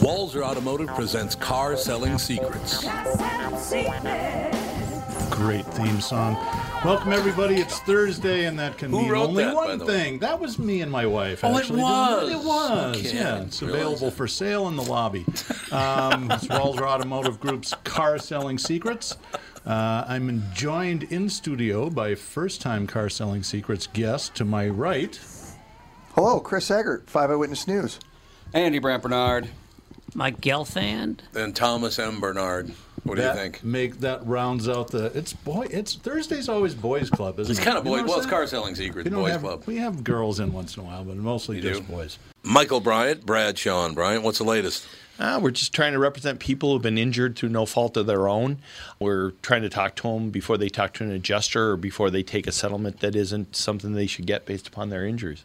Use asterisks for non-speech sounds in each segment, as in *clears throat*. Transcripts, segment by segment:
Walzer Automotive presents Car Selling Secrets. Great theme song. Welcome everybody. It's Thursday, and that can Who mean wrote only that, by one the way? thing. That was me and my wife. Oh, it actually. was. It was. Okay, I yeah, didn't it's realize available that. for sale in the lobby. Um, *laughs* it's Walzer Automotive Group's Car Selling Secrets. Uh, I'm joined in studio by first-time Car Selling Secrets guest to my right. Hello, Chris Eggert, Five Eyewitness News. Andy Brant Bernard. Mike Gelfand. And Thomas M. Bernard. What do that you think? Make that rounds out the. It's boy. It's Thursday's always boys club, isn't It's it? kind of You boy. notice well, it's that? car selling secrets, We don't boys have- club. We have girls in once in a while, but mostly do. just boys. Michael Bryant, Brad Sean Bryant. What's the latest? Ah, we're just trying to represent people who've been injured through no fault of their own. We're trying to talk to them before they talk to an adjuster or before they take a settlement that isn't something they should get based upon their injuries.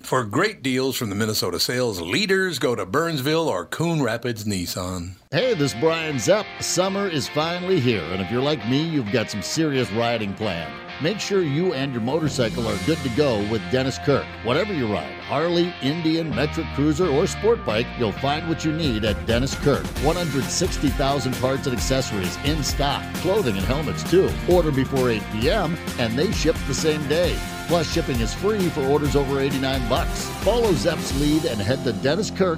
For great deals from the Minnesota sales leaders, go to Burnsville or Coon Rapids Nissan. Hey, this is Brian Zepp. Summer is finally here, and if you're like me, you've got some serious riding planned. Make sure you and your motorcycle are good to go with Dennis Kirk. Whatever you ride Harley, Indian, Metric Cruiser, or Sport Bike you'll find what you need at Dennis Kirk. 160,000 parts and accessories in stock, clothing and helmets too. Order before 8 p.m., and they ship the same day. Plus, shipping is free for orders over 89 bucks. Follow Zepp's lead and head to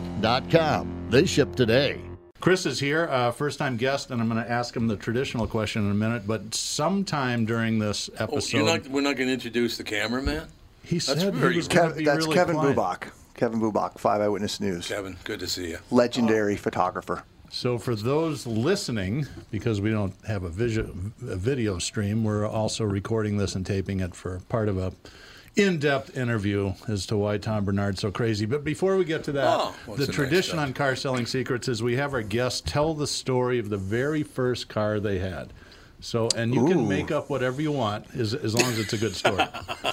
DennisKirk.com. They ship today. Chris is here, uh, first time guest, and I'm going to ask him the traditional question in a minute. But sometime during this episode, we're Oh, not going to introduce the cameraman? he that's said very he was going to Kev, be that's really Kevin quiet. Bubach. Kevin Bubach, Five Eyewitness News. Kevin, good to see Oh. you. Legendary photographer. So for those listening, because we don't have a, visu- a video stream, we're also recording this and taping it for part of a in-depth interview as to why Tom Bernard's so crazy. But before we get to that, Oh, well, it's the a nice tradition touch. on Car Selling Secrets is we have our guests tell the story of the very first car they had. So, and you can Ooh. make up whatever you want as, as long as it's a good story. *laughs*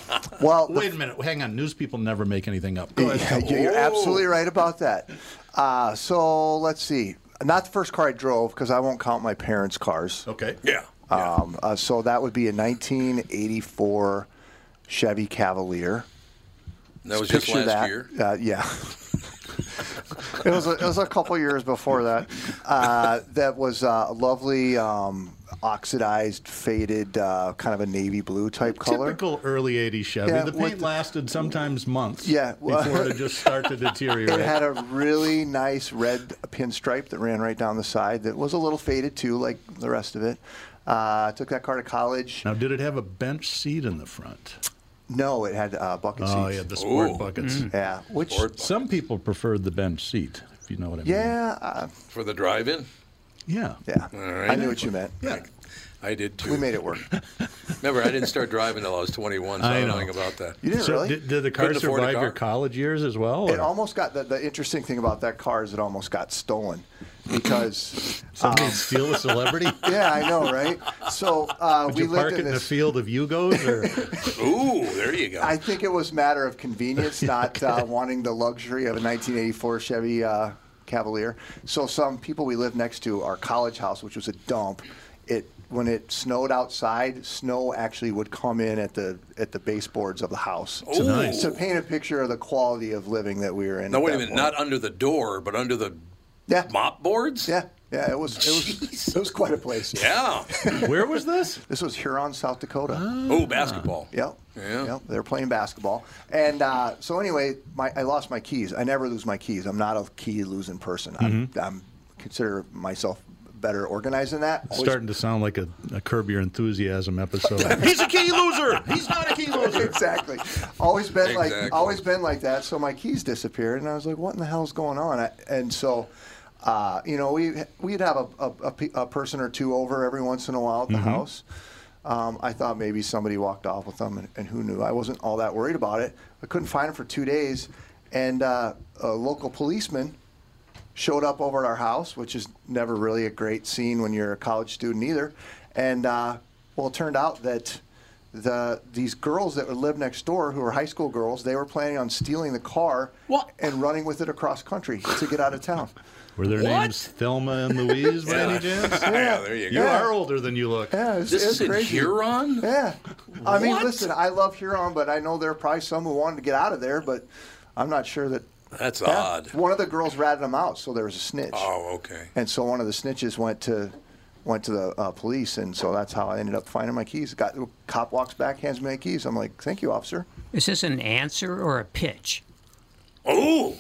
Well, the- Wait a minute. Hang on. News people never make anything up. Go ahead. Oh. Yeah, you're absolutely right about that. Uh, so let's see. not the first car I drove because I won't count my parents' cars. Okay. Yeah. Um, uh, so that would be a 1984 Chevy Cavalier. That was Just just last year. Uh, yeah. *laughs* it was a, it was a couple years before that. Uh, that was uh, a lovely um, oxidized, faded, uh, kind of a navy blue type color. Typical Oh, early 80s Chevy. Yeah, the what paint lasted sometimes months Yeah, well- before it just started to deteriorate. *laughs* It had a really nice red pinstripe that ran right down the side. That was a little faded too, like the rest of it. Uh, took that car to college. now, did it have a bench seat in the front? No, it had uh, Oh, bucket seats. Mm. yeah, the sport Ooh. Mm. buckets. Yeah, which Some people preferred the bench seat, if you know what I mean. *laughs* yeah, uh, For the drive-in? Yeah. yeah. right. I knew what you meant. Yeah. I did too. We made it work. *laughs* Remember, I didn't start driving until I was 21, so I, I don't know. know anything about that. You didn't So really. did, did the car Couldn't afford a survive your car. college years as well? It or- almost got the, the interesting thing about that car is it almost got stolen because *laughs* um, Somebody steal a celebrity? *laughs* yeah I know right so uh, Did we you park it lived in in the this field of Yugos? *laughs* Or? Ooh, there you go. I think it was a matter *laughs* of convenience not uh, wanting the luxury of a 1984 Chevy uh, Cavalier so some people we lived next to our college house which was a dump it when it snowed outside snow actually would come in at the at the baseboards of the house Ooh. nice. to paint a picture of the quality of living that we were in Now, at wait a that minute. point. Not under the door, but under the Yeah. mop boards? Yeah, yeah, it was it was Jeez. it was quite a place. Yeah. *laughs* Where was this? Ah. This was Huron, South Dakota. oh, basketball. Yep. Yeah. Yep. They were playing basketball, and uh, so anyway, my I lost my keys. I never lose my keys. I'm not a key losing person. Mm-hmm. I'm, I'm consider myself better organized than that. Always- Starting to sound like a, a Curb Your Enthusiasm episode. *laughs* He's a key loser. He's not a key loser. exactly. *laughs* Always been Exactly. like always been like that. So my keys disappeared, and I was like, "What in the hell's going on?" I, and so, uh, you know, we we'd have a, a, a pe- a person or two over every once in a while at the house. Um, I thought maybe somebody walked off with them, and, and who knew? I wasn't all that worried about it. I couldn't find them for two days, and uh, a local policeman showed up over at our house, which is never really a great scene when you're a college student either. And uh, well, it turned out that the these girls that would live next door, who were high school girls, they were planning on stealing the car What? and running with it across country to get out of town. Were their What? names Thelma and Louise by any *laughs* chance? Yeah, there you go. You are older than you look. Yeah, it was- This it was is in crazy. Huron? Yeah, I mean, What? listen, I love Huron, but I know there are probably some who wanted to get out of there, but I'm not sure that. That's Yeah. odd. One of the girls ratted them out, so there was a snitch. Oh, okay. And so one of the snitches went to went to the uh, police, and so that's how I ended up finding my keys. Got cop walks back, hands me my keys. I'm like, "Thank you, officer." Is this an answer or a pitch? Oh,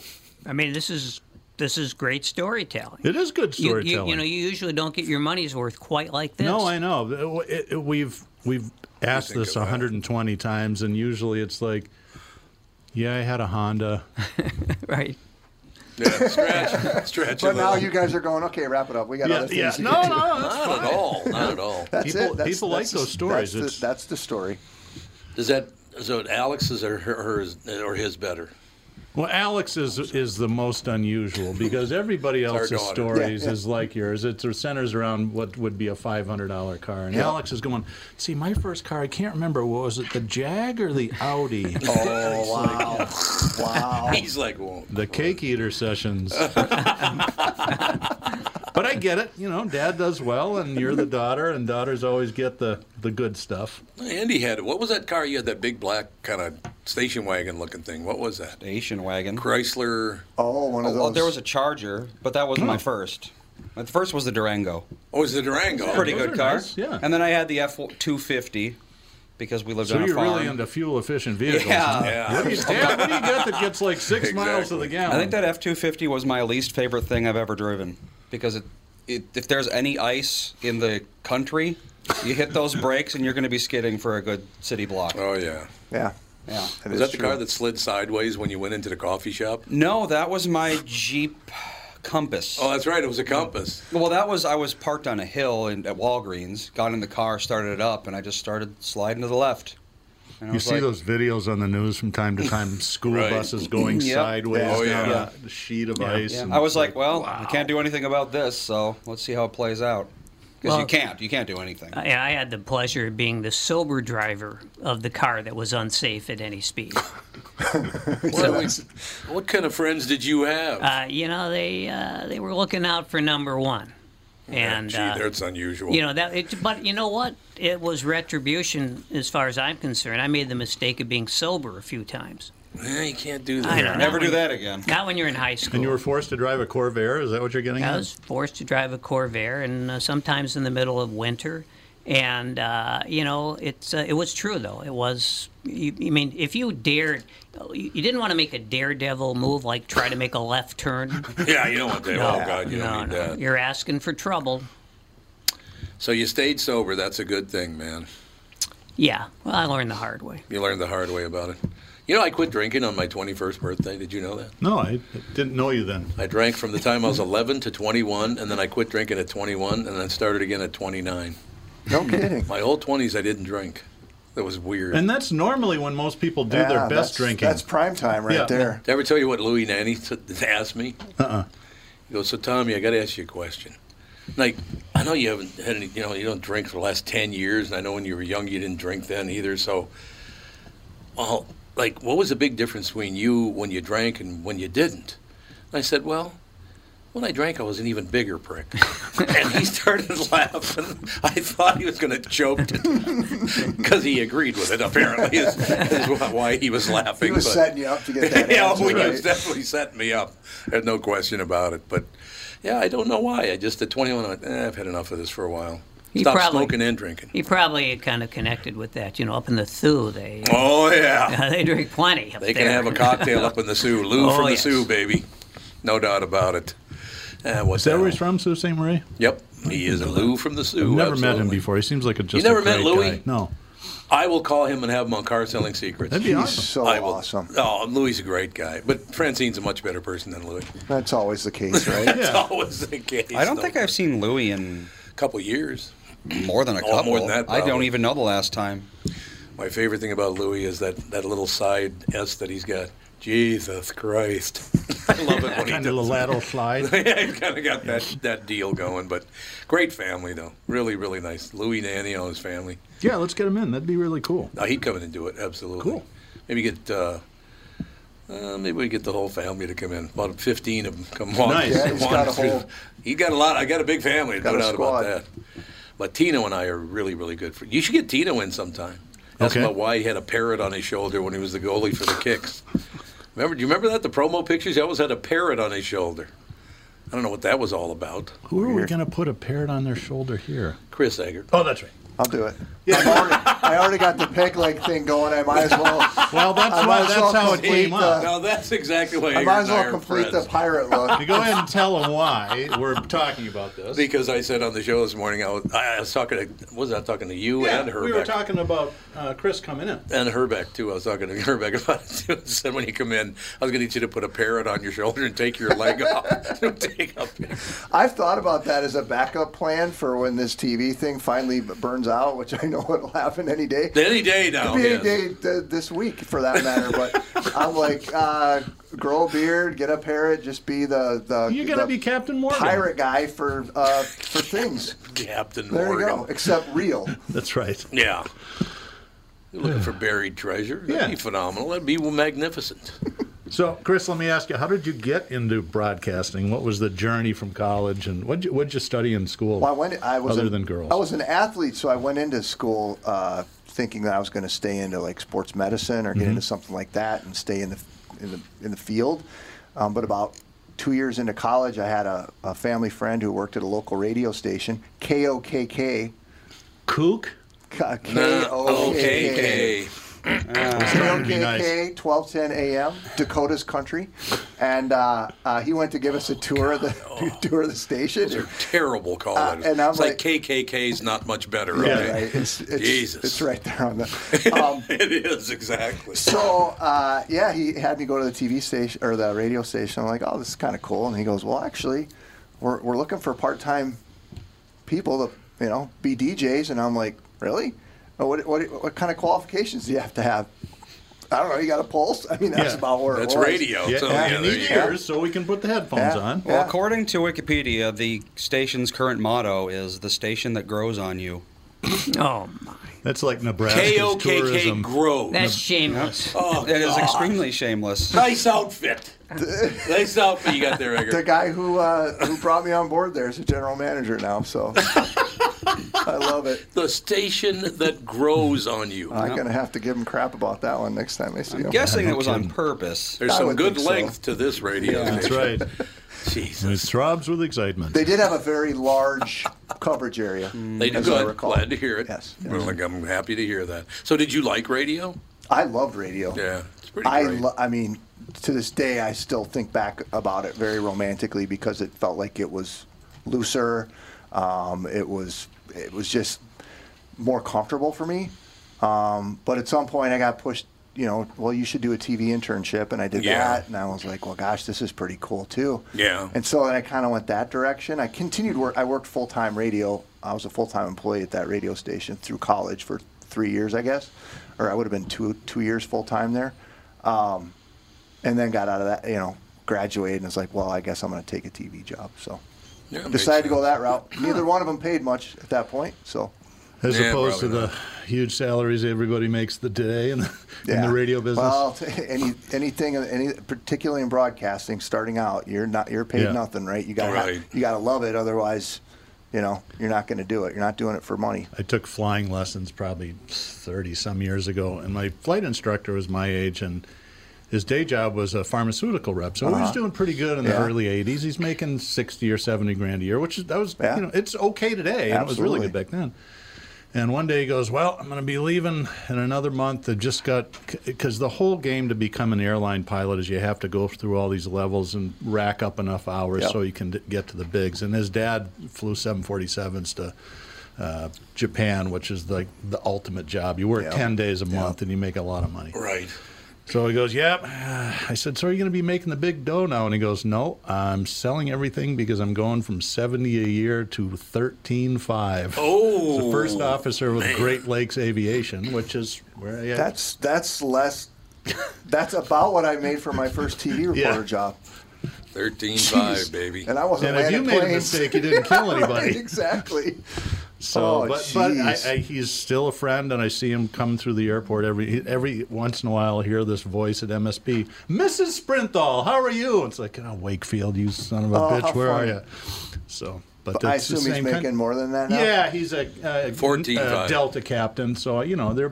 I mean, this is this is great storytelling. It is good You- storytelling. You, you, know, you usually don't get your money's worth quite like this. No, I know. It- it- we've we've asked think this about it. 120 times, and usually it's like, "Yeah, I had *laughs* a Honda." *laughs* right. yeah. Stretch, stretch. a But now little. you guys are going, "Okay, wrap it up. We got other things." to No, get to." no, that's Not at all. Not at all. *laughs* That's People- it. That's, people like that's the- those stories. That's It's- the, that's the story. Does that so? Alex's or her, hers or his better? Well, Alex is is the most unusual because everybody our else's daughter. stories Yeah, yeah. is like yours. It's- It centers around what would be a five hundred dollar car, and Yeah. Alex is going. See, my first car, I can't remember. What was it? The Jag or the *laughs* Audi? Oh wow, wow. He's like, well, the cake eater sessions. but I get it. You know, dad does well, and you're the daughter, and daughters always get the, the good stuff. Andy had what was that car? You had that big black kind of station wagon looking thing. What was that? Station wagon. Chrysler. Hmm. Oh, one of Oh, those. oh, there was a Charger, but that wasn't my first. My first was the Durango. Oh, it was the Durango. Pretty those good are car. nice, yeah. And then I had the F two fifty because we lived So on a you're farm. really into fuel efficient vehicles. Yeah. huh? What do you, dad, what do you get that gets like six miles to the Exactly. gallon? I think that F two fifty was my least favorite thing I've ever driven because it, it if there's any ice in the country, you *laughs* hit those brakes and you're going to be skidding for a good city block. Oh yeah. yeah. Yeah. Was that the car that slid sideways when you went into the coffee shop? No, that was my Jeep Compass. Oh, that's right. It was a Compass. *laughs* Well, that was I was parked on a hill in, at Walgreens, got in the car, started it up, and I just started sliding to the left. And I You was see like, those videos on the news from time to *laughs* time, school Right. buses going Yep. sideways Oh, down yeah. a sheet of ice. and- I was like, well, I can't do anything about this, so let's see how it plays out. Because you Well- can't, you can't do anything. I, I *laughs* had the pleasure of being the sober driver of the car that was unsafe at any speed. What, what kind of friends did you have? Uh, you know, they uh, they were looking out for number one, and Gee, uh, that's unusual. you know that. It, but you know what? It was retribution, as far as I'm concerned. I made the mistake of being sober a few times. Eh, you can't do that. I know. Never Not when- do that again. Not when you're in high school. And you were forced to drive a Corvair? Is that what you're getting I at? was forced to drive a Corvair, and uh, sometimes in the middle of winter. And uh, you know, it's uh, it was true though. It was. You, you mean if you dared, you you didn't want to make a daredevil move like try to make a left turn. *laughs* Yeah, you don't want that. oh, God, you no, don't need no, that. you're asking for trouble. So you stayed sober. That's a good thing, man. Yeah, well, I learned the hard way. You learned the hard way about it. You know, I quit drinking on my 21st birthday. Did you know that? No, I didn't know you then. I drank from the time I was 11 to 21, and then I quit drinking at 21, and then started again at 29. No kidding. My whole 20s, I didn't drink. That was weird. And that's normally when most people do Yeah, their best that's- drinking. That's prime time right Yeah. Uh-uh. there. Did I ever tell you what Louis Nanny t- asked me? Uh uh He goes, So, Tommy, I got to ask you a question. Like, I know you haven't had any, you know, you don't drink for the last 10 years, and I know when you were young, you didn't drink then either. So, well, like, what was the big difference between you when you drank and when you didn't? And I said, Well, when I drank, I was an even bigger prick. *laughs* and he started *laughs* laughing. I thought he was going to choke to death because he agreed with it, apparently, is, is why he was laughing. He was but- setting you up *laughs* to get that yeah, answer, well, he right? was definitely setting me up. There's no question about it. But yeah, I don't know why. I just at 21, I went, eh, I've had enough of this for a while. He Stop probably- smoking and drinking. He probably kind of connected with that. You know, up in the Sioux, they Oh yeah, *laughs* they drink plenty. Up they can there. have a cocktail up in the Sioux. Lou Oh, from the yes. Sioux, baby, no doubt about it. Eh, what's Is that that? where he's from, Sault Ste. Marie? Yep, he is a Lou from the Sioux. I've never met him absolutely. before. He seems like a just never a met great Louis? guy. No. I will call him and have him on Car Selling Secrets. That'd be He's awesome. so I will- awesome. Oh, Louis is a great guy, but Francine's a much better person than Louis. That's always *laughs* the case, *laughs* right? That's always the case. I don't though. think I've seen Louis in a couple years. more than a Oh, couple. more than that, I don't probably. even know the last time. My favorite thing about Louis is that, that little side S that he's got. Jesus Christ. *laughs* *laughs* I love it *laughs* when he Kind of a does. lateral slide. Yeah, he's kind of got that, that deal going, but great family, though. Really, really nice. Louis Nanny and his family. Yeah, let's get him in. That'd be really cool. Uh, he'd come in and do it, absolutely. Cool. Maybe get. Uh, uh, maybe we get the whole family to come in. About 15 of them come walk. Nice. Yeah, he's walk got a through. whole- He got a lot. I got a big family. Got no a doubt squad. about that. But Tino and I are really, really good. For, you should get Tino in sometime. Ask him Okay. about why he had a parrot on his shoulder when he was the goalie for the Kicks. Remember? Do you remember that the promo pictures? He always had a parrot on his shoulder. I don't know what that was all about. Who are we going to put a parrot on their shoulder here? Chris Eggert. Oh, that's right. I'll do it. I've already, I already got the peg leg thing going. I might as well. *laughs* Well, that's I why- might as that's well how it complete came up. the- Now that's exactly why I Eggert might as and I well are complete the friends. pirate look. You go ahead and tell them why we're talking about this. Because I said on the show this morning, I was, I was talking to, what was I talking to you Yeah, and Herbeck? we were talking about uh, Chris coming in. and Herbeck, too. I was talking to *laughs* Herbeck about it, too. I said, when you come in, I was going to need you to put a parrot on your shoulder and take your leg *laughs* *laughs* off. take a picture. I've thought about that as a backup plan for when this TV thing finally b- burns out, which I know *laughs* it'll happen any day. Any day now. Could be yes. any day th- this week, for that matter. But *laughs* I'm like, uh, grow a beard, get a parrot, just be the the You're going to the be Captain Morgan. pirate guy for uh, *laughs* for things. Captain There Morgan. you go. Except real. That's right. Yeah. You're looking for buried treasure. That'd Yeah. be phenomenal. That'd be magnificent. So, Chris, let me ask you: How did you get into broadcasting? What was the journey from college, and what you, what'd you study in school? Well, I went. I was other an, than girls. I was an athlete, so I went into school uh, thinking that I was going to stay into like sports medicine Mm-hmm. or get into something like that and stay in the in the in the field. Um, but about two years into college, I had a, a family friend who worked at a local radio station, KOKK. kook. K- Okay. K-O-K-K. to be nice. KOKK, 1210 AM, Dakota's Country. And uh, uh, he went to give us a tour of the *laughs* tour of the station. Those are terrible call Uh, letters. and I'm it's like, like- KKK's not much better. Yeah, okay? right. It's, it's, Jesus. it's right there *laughs* on the. Um, It is, exactly. so uh, yeah, he had me go to the TV station or the radio station. I'm like, oh, this is kind of cool. And he goes, well, actually, we're we're looking for part time people to you know be DJs. And I'm like, really? Oh, What what what kind of qualifications do you have to have? I don't know. You got a pulse? I mean, that's Yeah, about where That's it was. radio. Yeah, so, I yeah, there need you go. ears so we can put the headphones Yeah. on. Yeah. According to Wikipedia, the station's current motto is "the station that grows on you." Oh my! That's like Nebraska's KOKK tourism. Grove. That's shameless. oh, It is extremely shameless. nice *laughs* outfit. nice outfit you got there, Edgar. The guy who uh, who brought me on board there is a general manager now, so *laughs* I love it. The station that grows on you. I'm gonna have to give him crap about that one next time I see him. Guessing it was on purpose. There's I some would good think so. length to this radio. That's right. It Jesus. throbs with excitement. They did have a very large coverage area. *laughs* Mm. They do as I good. recall. Glad to hear it. Yes. Well, like, I'm happy to hear that. So, did you like radio? I loved radio. Yeah, it's pretty I, great. lo- I mean, to this day, I still think back about it very romantically because it felt like it was looser. Um, it was it was just more comfortable for me. Um, but at some point, I got pushed. You know, well, you should do a TV internship, and I did Yeah. that, and I was like, well, gosh, this is pretty cool too. Yeah. And so then I kind of went that direction. I continued work. I worked full time radio. I was a full time employee at that radio station through college for three years, I guess, or I would have been two two years full time there, um, and then got out of that. You know, graduated and was like, well, I guess I'm going to take a TV job. So Yeah, it makes decided to go sense. that route. Neither one of them paid much at that point. So As Yeah, opposed to probably the huge salaries everybody makes the day in the, in the Yeah. radio business. Well, *laughs* any anything, any particularly in broadcasting, starting out, you're not you're paid Yeah. nothing, right? You got Right. to you got to love it, otherwise, you know, you're not going to do it. You're not doing it for money. I took flying lessons probably 30 some years ago, and my flight instructor was my age, and his day job was a pharmaceutical rep. So he Uh-huh. was doing pretty good in the Yeah. early 80s. He's making 60 or 70 grand a year, which is, that was, Yeah. you know, it's okay today. and It was really good Absolutely. back then. And one day he goes, Well, I'm going to be leaving in another month. I just got, because the whole game to become an airline pilot is you have to go through all these levels and rack up enough hours Yep. so you can d- get to the bigs. And his dad flew 747s to uh, Japan, which is like the ultimate job. You work Yeah. 10 days a month and you make a lot of money. Right. So he goes, Yep. I said, So are you going to be making the big dough now? And he goes, No, I'm selling everything because I'm going from 70 a year to 13.5. Oh. He's the first officer with Great Lakes Aviation, which is where I That's that's less. That's about what I made for my first TV *laughs* reporter Yeah. job. 13 *laughs* Jeez. 5, baby. And I wasn't And if you landing made a planes. mistake, you didn't kill *laughs* Right, anybody. exactly. So, Oh, but, but I, jeez. I, he's still a friend, and I see him come through the airport every every once in a while. I hear this voice at MSP, Mrs. Sprinthal, how are you? It's like, oh, Wakefield, you son of a Oh, how bitch, where are funny. you? So, but, I that's the assume he's same making kind- more than that. Now. Yeah, he's a, uh 14 uh, five. Delta captain. So you know, they're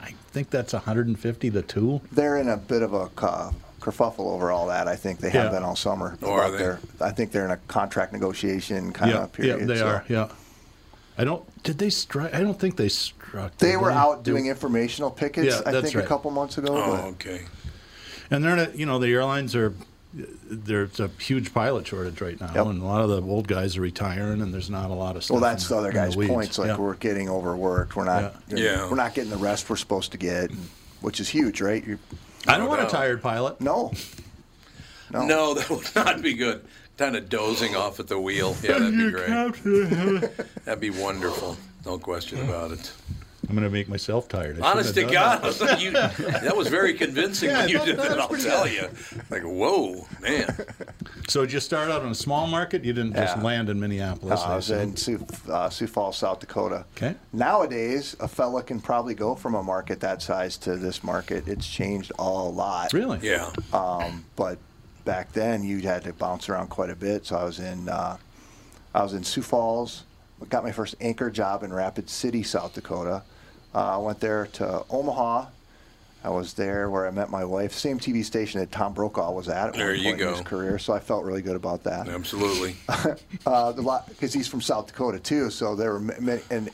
I think that's 150 to two. they're in a bit of a ca- kerfuffle over all that. I think they have Yeah. been all summer. Oh, are about they? their- I think they're in a contract negotiation kind yeah, of period. yeah, they so. are. Yeah, I don't. Did they strike? I don't think they struck. They did were out doing Do- informational pickets. Yeah, I that's think right. a couple months ago. oh, but- okay. And they're not, you know, the airlines are, there's a huge pilot shortage right now, Yep. and a lot of the old guys are retiring, and there's not a lot of stuff. well, in that's the other in guy's weeds. points. Like Yeah. we're getting overworked. We're not. Yeah. Yeah. We're not getting the rest we're supposed to get, and- which is huge, right? You're, I don't No want a doubt. tired pilot. no. No. No, that would not be good. Kind of dozing off at the wheel. Yeah, that'd be great. That'd be wonderful. No question about it. I'm going to make myself tired. I Honest to shouldn't God, have that. you, that was very convincing Yeah, when you that- did that that. was I'll pretty tell good. you. Like, whoa, man. done that. *laughs* So did you start out in a small market? You didn't just Yeah. land in Minneapolis. I was in Sioux, uh, Sioux Falls, South Dakota. Okay. Nowadays, a fella can probably go from a market that size to this market. It's changed a lot. Really? Yeah. Um, but back then, you had to bounce around quite a bit. So I was in, uh, I was in Sioux Falls. Got my first anchor job in Rapid City, South Dakota. Uh, I went there to Omaha. I was there where I met my wife. Same TV station that Tom Brokaw was at. at There one you point in his go. career, so I felt really good about that *laughs* Uh, Absolutely. because he's from South Dakota too. So there were ma- many, and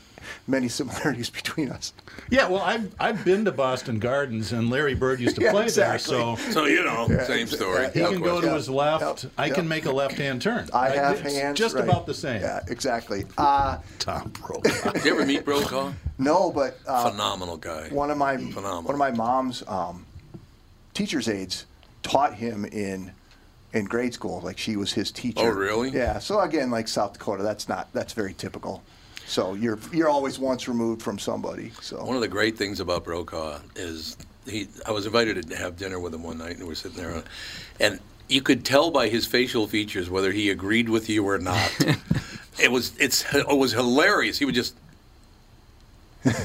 many similarities *laughs* between us. Yeah. Well, I've I've been to Boston Gardens, and Larry Bird used to *laughs* Yeah, play exactly. there, so. So, you know, same story. He No can go to question. his left. Yep, I yep. can make a left-hand turn. I have it's hands. Just right. about the same. Yeah, *laughs* exactly. Uh, Tom Brokaw. Did you ever meet Brokaw? no, but uh, Phenomenal guy. one of my Phenomenal. one of my mom's um, teachers' aides taught him in in grade school. Like she was his teacher. Oh, really? Yeah. So again, like South Dakota, that's not that's very typical. So you're you're always once removed from somebody. So One of the great things about Brokaw is he. I was invited to have dinner with him one night, and we were sitting there, and you could tell by his facial features whether he agreed with you or not. it was it's it was hilarious. He would just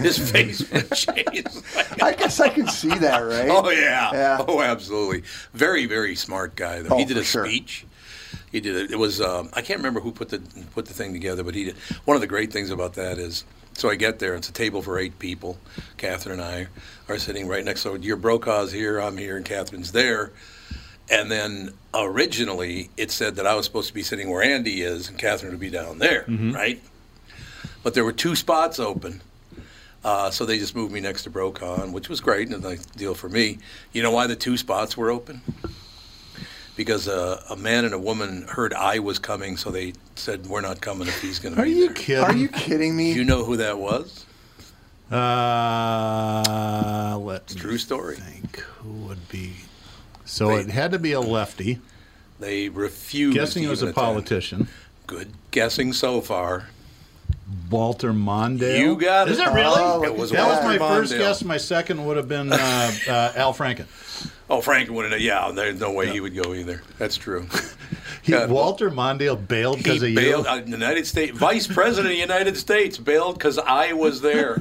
His face would *laughs* change. Like, I guess I can see that, *laughs* right? *laughs* Oh yeah. Yeah. Oh, absolutely. Very, very smart guy. Though Oh, he did for a sure. speech. He did. It, it was. Um, I can't remember who put the put the thing together, but he did. One of the great things about that is, so I get there. It's a table for eight people. Catherine and I are sitting right next. So your Brokaw's here. I'm here, and Catherine's there. And then originally it said that I was supposed to be sitting where Andy is, and Catherine would be down there, Mm-hmm. right? But there were two spots open. Uh, so they just moved me next to Brocon, which was great and a nice deal for me. You know why the two spots were open? Because uh, a man and a woman heard I was coming, so they said, "We're not coming if he's going to Are be you there." kidding? Are you kidding me? Do you know who that was? Uh, let's True story. think. Who would be? So They- it had to be a lefty. They refused. Guessing it was even a attend. politician. Good guessing so far. Walter Mondale. You got Is it. it really? Oh, it was that was my Walter first Mondale. guess. My second would have been uh, uh, Al Franken. Oh, Frank wouldn't. Yeah, there's no way he would go either. That's *laughs* true. He, God. Walter Mondale bailed because of He you. bailed. Uh, United States Vice President of the United States bailed because I was *laughs* there.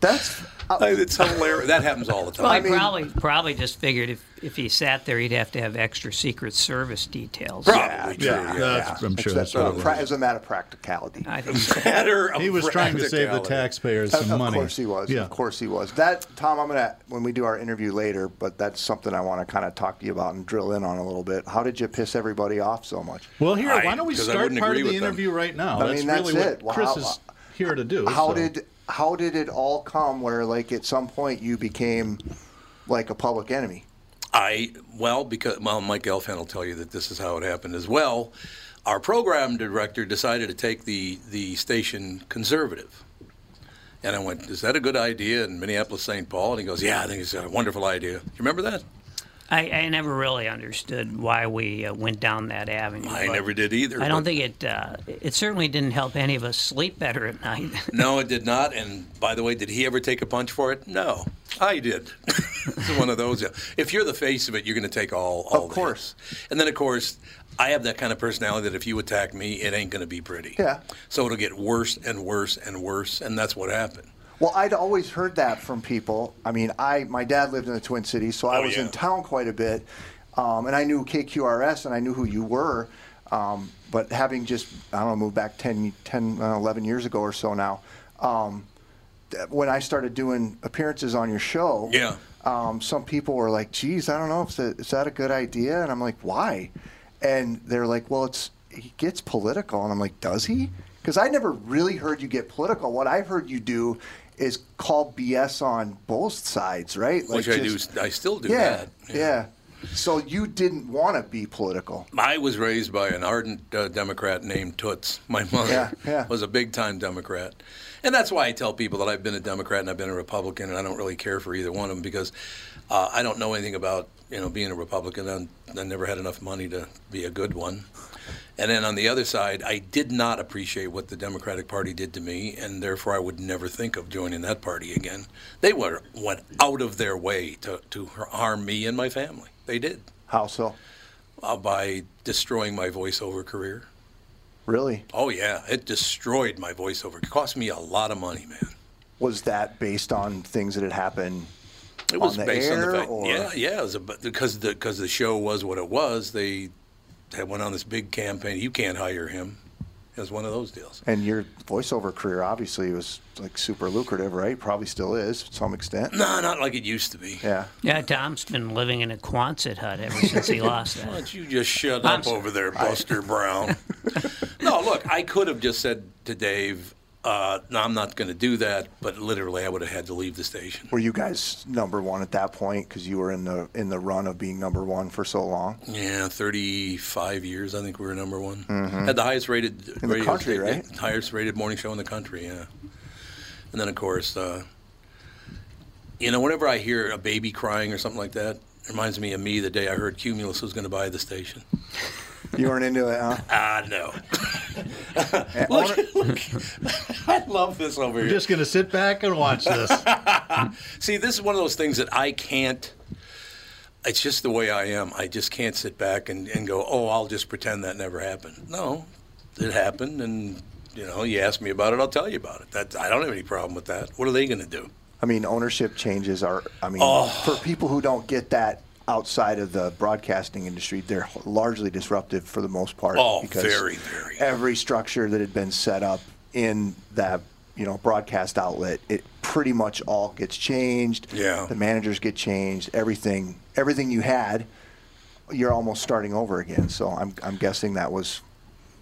That's uh, it's hilarious. That happens all the time. Well, he probably probably just figured if, if he sat there, he'd have to have extra Secret Service details. Probably true. yeah, Yeah, that's, I'm sure that's, that's what a it was. pra- as a matter of practicality. I *laughs* think so. Matter of He was trying to save the practicality. taxpayers Of- some of money. course he was. Yeah. Of course he was. That Tom, I'm gonna when we do our interview later, but that's something I want to kind of talk to you about and drill in on a little bit. How did you piss everybody off so much? Well, here, I- why don't we 'cause I start wouldn't part agree of the with them. interview right now? I mean, that's really it. Well, what Chris how- is here to do. How so. did how did it all come? Where like at some point you became like a public enemy. I well because well Mike Gelfand will tell you that this is how it happened as well. Our program director decided to take the the station conservative, and I went, "Is that a good idea?" In Minneapolis, St. Paul, and he goes, "Yeah, I think it's a wonderful idea." You remember *laughs* that? I, I never really understood why we uh, went down that avenue. I but never did either. I don't but- think it. Uh, it certainly didn't help any of us sleep better at night. *laughs* No, it did not. And by the way, did he ever take a punch for it? No, I did. *laughs* it's one of those. yeah. If you're the face of it, you're going to take all. all Of the course. hits. And then, of course, I have that kind of personality that if you attack me, it ain't going to be pretty. Yeah. So it'll get worse and worse and worse, and that's what happened. Well, I'd always heard that from people. I mean, I my dad lived in the Twin Cities, so I Oh, was yeah. in town quite a bit, um, and I knew KQRS and I knew who you were. Um, but having just I don't know moved back 10, 10 uh, 11 years ago or so now, um, th- when I started doing appearances on your show, Yeah. um, some people were like, "Geez, I don't know if that, is that a good idea," and I'm like, "Why?" And they're like, "Well, it's he gets political," and I'm like, "Does he?" Because I never really heard you get political. What I've heard you do is call BS on both sides, right? Which I do. just- I still do yeah, that. yeah, So you didn't want to be political. I was raised by an ardent uh, Democrat named Toots. My mother Yeah, yeah. was a big time Democrat. And that's why I tell people that I've been a Democrat and I've been a Republican, and I don't really care for either one of them because uh, I don't know anything about you know being a Republican. And I never had enough money to be a good one. And then on the other side, I did not appreciate what the Democratic Party did to me, and therefore I would never think of joining that party again. They were went out of their way to, to harm me and my family. They did How so? uh, by destroying my voiceover career. Really? Oh yeah, it destroyed my voiceover. It cost me a lot of money, man. Was that based on things that had happened? It was On the based on air, the fact, or- yeah, yeah, it was about, because the because the show was what it was. They had went on this big campaign. You can't hire him. It was one of those deals. And your voiceover career obviously was like super lucrative, right? Probably still is to some extent. No, not like it used to be. Yeah. yeah, Tom's been living in a Quonset hut ever since he lost that. Why don't you just shut I'm up sorry. over there, Buster *laughs* Brown? no, look, I could have just said to Dave, uh, "No, I'm not going to do that." But literally, I would have had to leave the station. Were you guys number one at that point because you were in the in the run of being number one for so long? Yeah, 35 years, I think we were number one. Had the highest rated Mm-hmm. the radio country, sta- right? Highest rated morning show in the country, yeah. And then, of course, uh, you know, whenever I hear a baby crying or something like that, it reminds me of me the day I heard Cumulus was going to buy the station. You weren't into it, huh? Ah, *laughs* no. look, look, *laughs* I love this over We're here. just going to sit back and watch this. *laughs* See, this is one of those things that I can't. It's just the way I am. I just can't sit back and, and go, oh, I'll just pretend that never happened. No, it happened, and you know, you ask me about it, I'll tell you about it. That I don't have any problem with that. What are they going to do? I mean, ownership changes are. I mean, Oh. for people who don't get that outside of the broadcasting industry, they're largely disruptive for the most part. Oh, very, very. Every structure that had been set up in that you know broadcast outlet, it pretty much all gets changed. Yeah. the managers get changed. Everything, everything you had, you're almost starting over again. So I'm, I'm guessing that was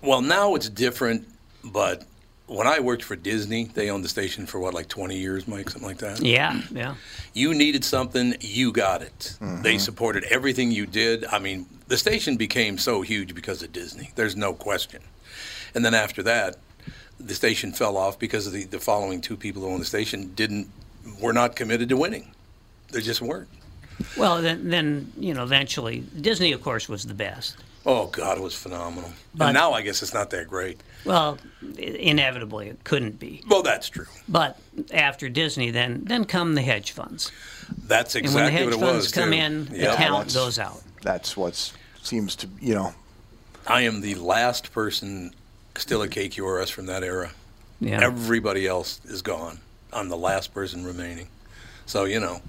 Well, now it's different, but when I worked for Disney, they owned the station for what, like 20 years, Mike, something like that? Yeah, yeah. You needed something, you got it. They supported everything you did. I mean, the station became so huge because of Disney. There's no question. And then after that, the station fell off because of the, the following two people who owned the station didn't were not committed to winning. They just weren't. Well, then, then you know, eventually, Disney, of course, was the best. Oh God, it was phenomenal. But- and now I guess it's not that great. Well, i- inevitably, it couldn't be. Well, that's true. But after Disney, then then come the hedge funds, That's and exactly when the what it hedge was. funds come too. in, Yeah. the talent Once- goes out. that's what's seems to you know I am the last person still at KQRS from that era. Yeah. Everybody else is gone. I'm the last person remaining. So, you know.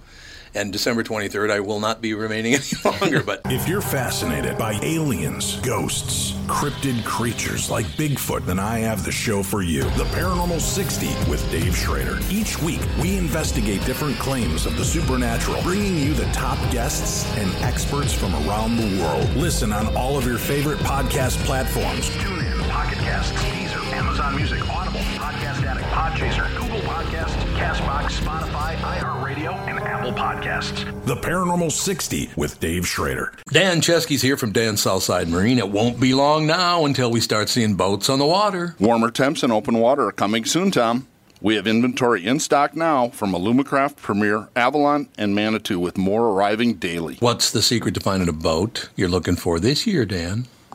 And December 23rd, I will not be remaining *laughs* any longer. But If you're fascinated by aliens, ghosts, cryptid creatures like Bigfoot, then I have the show for you The Paranormal 60 with Dave Schrader. Each week, we investigate different claims of the supernatural, bringing you the top guests and experts from around the world. Listen on all of your favorite podcast platforms. Tune in, Pocket Casts, Deezer, Amazon Music, Audible, Podcast Addict, Podchaser, Google Podcasts, Castbox, Spotify, iHeartRadio, and Apple Podcasts. The Paranormal 60 with Dave Schrader. Dan Chesky's here from Dan's Southside Marine. It won't be long now until we start seeing boats on the water. Warmer temps and open water are coming soon, Tom. We have inventory in stock now from Alumacraft, Premier, Avalon, and Manitou, with more arriving daily. What's the secret to finding a boat you're looking for this year, Dan?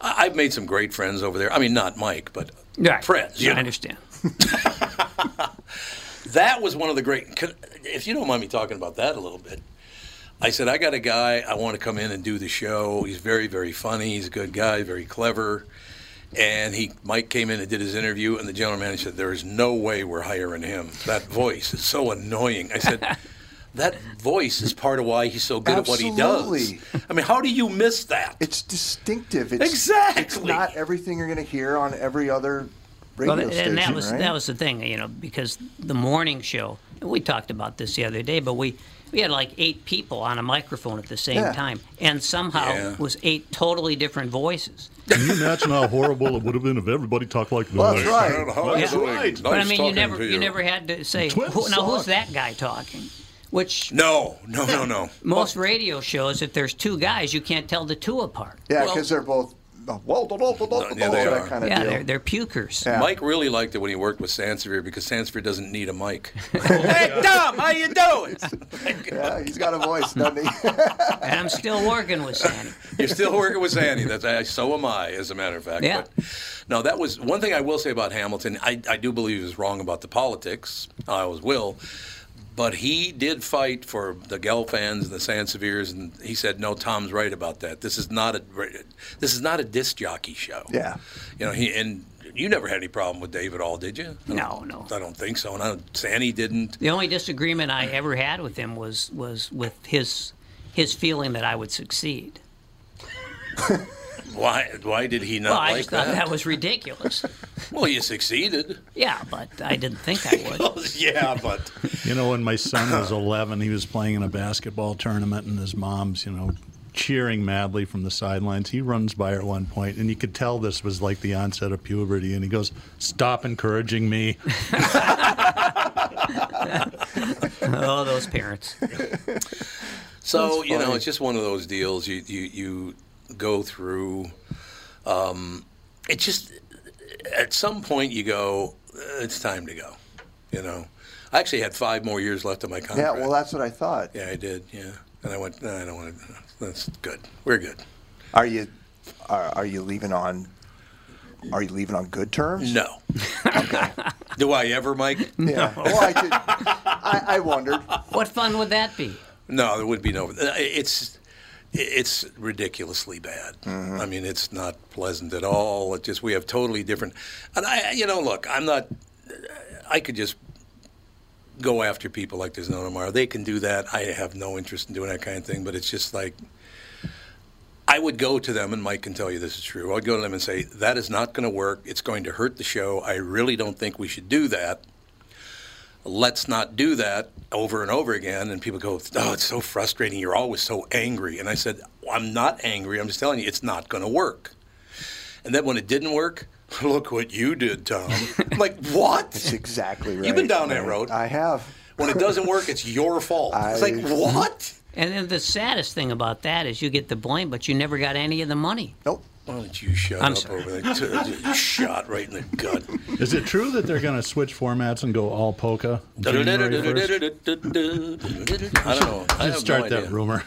I- I've made some great friends over there. I mean, not Mike, but friends. you I know. understand. That was one of the great. could- If you don't mind me talking about that a little bit, I said I got a guy I want to come in and do the show. He's very, very funny. He's a good guy, very clever. And he, Mike came in and did his interview, and the general manager said, "There is no way we're hiring him. That voice is so annoying." I *laughs* said, "That voice is part of why he's so good at what he Absolutely. does." I mean, how do you miss that? it's distinctive. It's, It's Exactly. not everything you're going to hear on every other radio Well, and station, that was right? that was the thing, you know, because the morning show we talked about this the other day, but we we had like eight people on a microphone at the same Yeah. time, and somehow Yeah. it was eight totally different voices. Can you imagine how horrible it would have been if everybody talked like this? Well, that's right. That's right. But I Nice mean, talking you never to you. you. never had to say Twin who, now socks. who's that guy talking. Which no, no, no, no. Most radio shows, if there's two guys, you can't tell the two apart. Yeah, because they're both. uh, Well, Yeah, they that are. kind of yeah, deal. they're they're pukers. Mike really liked it when he worked with Sansevier because Sansevier doesn't need a mic. hey, Dom, how you doing? *laughs* yeah, he's got a voice, doesn't he? *laughs* and I'm still working with Sandy. *laughs* You're still working with Sandy. That's I, so am I, as a matter of fact. Yeah. But, no, that was one thing I will say about Hamilton. I, I do believe he was wrong about the politics. I always will. But he did fight for the Gelfans and the Sanseviers, and he said, "No, Tom's right about that. This is not a this is not a disc jockey show." Yeah. You know, he and you never had any problem with Dave at all, did you? No, no. I don't think so, and I don't, Sandy didn't. The only disagreement I ever had with him was was with his his feeling that I would succeed. Why? Why did he not well, I like just thought that? that was ridiculous. well, you succeeded. Yeah, but I didn't think I would. *laughs* yeah, but You know, when my son *coughs* was 11, he was playing in a basketball tournament, and his mom's, you know, cheering madly from the sidelines. He runs by her at one point, and you could tell this was like the onset of puberty. And he goes, "Stop encouraging *laughs* me." *laughs* oh, those parents. So That's you know, funny. it's just one of those deals. You you you go through. Um, it just at some point you go, "Uh, it's time to go. You know, I actually had five more years left of my yeah, contract. well, that's what I thought. Yeah, I did. Yeah, and I went. No, I don't want to. That's good. We're good. Are you are, are you leaving on are you leaving on good terms? No. Do I ever, Mike? *laughs* Yeah. Well, I, did, I, I wondered. What fun would that be? No, there would be no. It's it's ridiculously bad. I mean, it's not pleasant at all. It just we have totally different. And I, you know, look, I'm not. I could just go after people like there's no tomorrow. They can do that. I have no interest in doing that kind of thing. But it's just like. I would go to them, and Mike can tell you this is true. I'd go to them and say, That is not going to work. It's going to hurt the show. I really don't think we should do that let's not do that over and over again. And people go, oh, it's so frustrating. You're always so angry. And I said, I'm not angry. I'm just telling you, it's not going to work. And then when it didn't work, *laughs* look what you did, Tom. I'm like, what? That's exactly right. You've been down that right. road. I have. When it doesn't work, it's your fault. It's like, what? And then the saddest thing about that is you get the blame, but you never got any of the money. Nope. Why don't you shut I'm up sorry. over there? You Shot right in the gut. Is it true that they're going to switch formats and go all polka? January 1st? I don't know. I Just have start no that idea. rumor.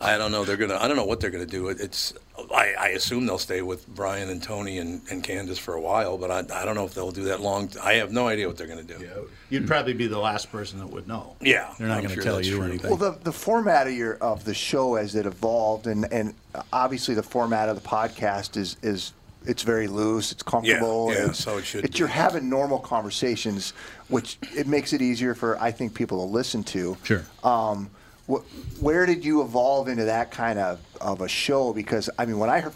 I don't know. They're gonna. I don't know what they're gonna do. It- It's. I, I assume they'll stay with Brian and Tony and, and Candace for a while, but I, I don't know if they'll do that long. I have no idea what they're gonna do. Yeah. *laughs* You'd probably be the last person that would know. Yeah, they're not I'm going to sure tell that's you true. anything. Well, the, the format of your of the show as it evolved, and, and obviously the format of the podcast is is it's very loose, it's comfortable. yeah, it's, so it should it's- You're having normal conversations, which it makes it easier for I think people to listen to. Sure. Um, wh- where did you evolve into that kind of, of a show? Because I mean, when I heard,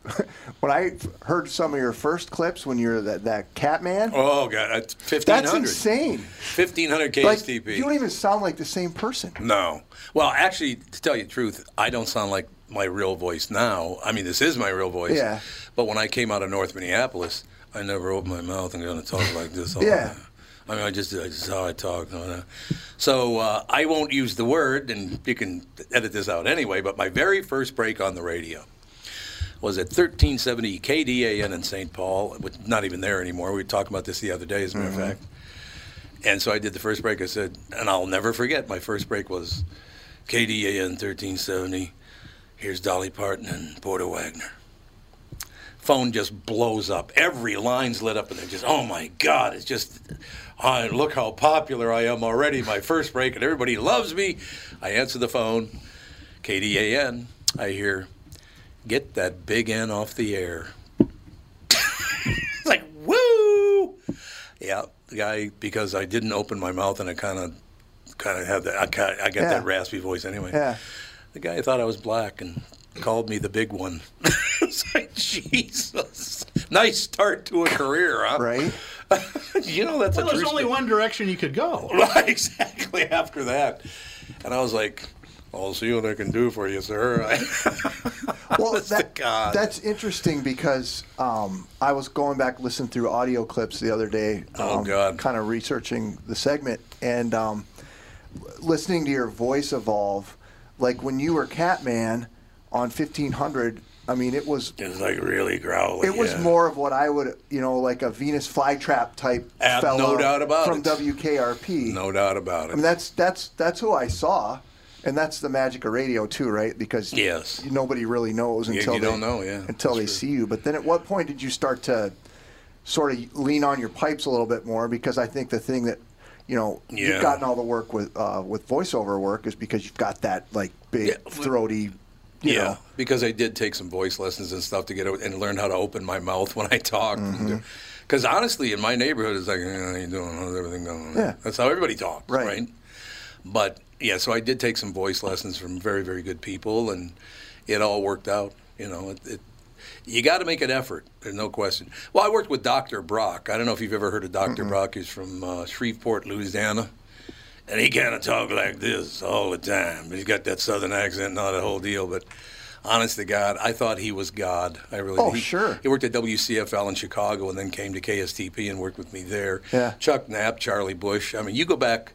*laughs* when I heard some of your first clips when you're that, that cat man, Oh god, that's fifteen hundred. that's insane. Fifteen hundred Like, KSTP. you don't even sound like the same person. No. Well, actually, to tell you the truth, I don't sound like my real voice now. I mean, this is my real voice. Yeah. But when I came out of North Minneapolis, I never opened my mouth and going to talk like this. All the Yeah. time. I mean, I just this is how I talk. no, no. So uh, I won't use the word, and you can edit this out anyway. But my very first break on the radio was at 1370 KDAN in St. Paul. which Not even there anymore. We were talking about this the other day, as a matter of Mhm. fact. And so I did the first break. I said, and I'll never forget. My first break was KDAN 1370. Here's Dolly Parton and Porter Wagner. Phone just blows up. Every line's lit up, and they're just, oh my God, it's just, I, look how popular I am already. My first break, and everybody loves me. I answer the phone, KDAN. I hear, get that big N off the air. *laughs* it's like, woo! Yeah, the guy, because I didn't open my mouth and I kind of kind of have that, I, kinda, I got that Yeah. raspy voice anyway. Yeah. The guy thought I was black and called me the big *laughs* one. it's like, Jesus. Nice start to a career, huh? Right. *laughs* you know, that's well, a there's true only story. one direction you could go. Right, *laughs* exactly after that. And I was like, I'll see what I can do for you, sir. *laughs* well, that, God. That's interesting because um, I was going back listening through audio clips the other day. um, Oh, God. Kind of researching the segment and um, listening to your voice evolve. Like when you were Catman on 1500, I mean, it was it was like really growly. It was yeah. more of what I would, you know, like a Venus flytrap type Ab- fellow no doubt about from it. WKRP. No doubt about I it. mean, that's that's that's who I saw, and that's the magic of radio too, right? Because Yes. nobody really knows You- until you they, don't know, yeah. until they see you. But then, at what point did you start to sort of lean on your pipes a little bit more? Because I think the thing that you know Yeah. you've gotten all the work with uh, with voiceover work is because you've got that like big throaty. You yeah, know. because I did take some voice lessons and stuff to get out and learn how to open my mouth *laughs* when I talk. Because honestly, in my neighborhood, it's like, eh, how you doing? How's everything going? Yeah. That's how everybody talks, right. But yeah, so I did take some voice lessons from very, very good people, and it all worked out. You know, it, it, you got to make an effort. There's no question. Well, I worked with Dr. Brock. I don't know if you've ever heard of doctor Brock. He's from uh, Shreveport, Louisiana. And he kind of talked like this all the time. But he's got that southern accent and all the whole deal. But honest to God, I thought he was God. I really Oh, he, sure. He worked at WCFL in Chicago and then came to KSTP and worked with me there. Yeah. Chuck Knapp, Charlie Bush. I mean, you go back.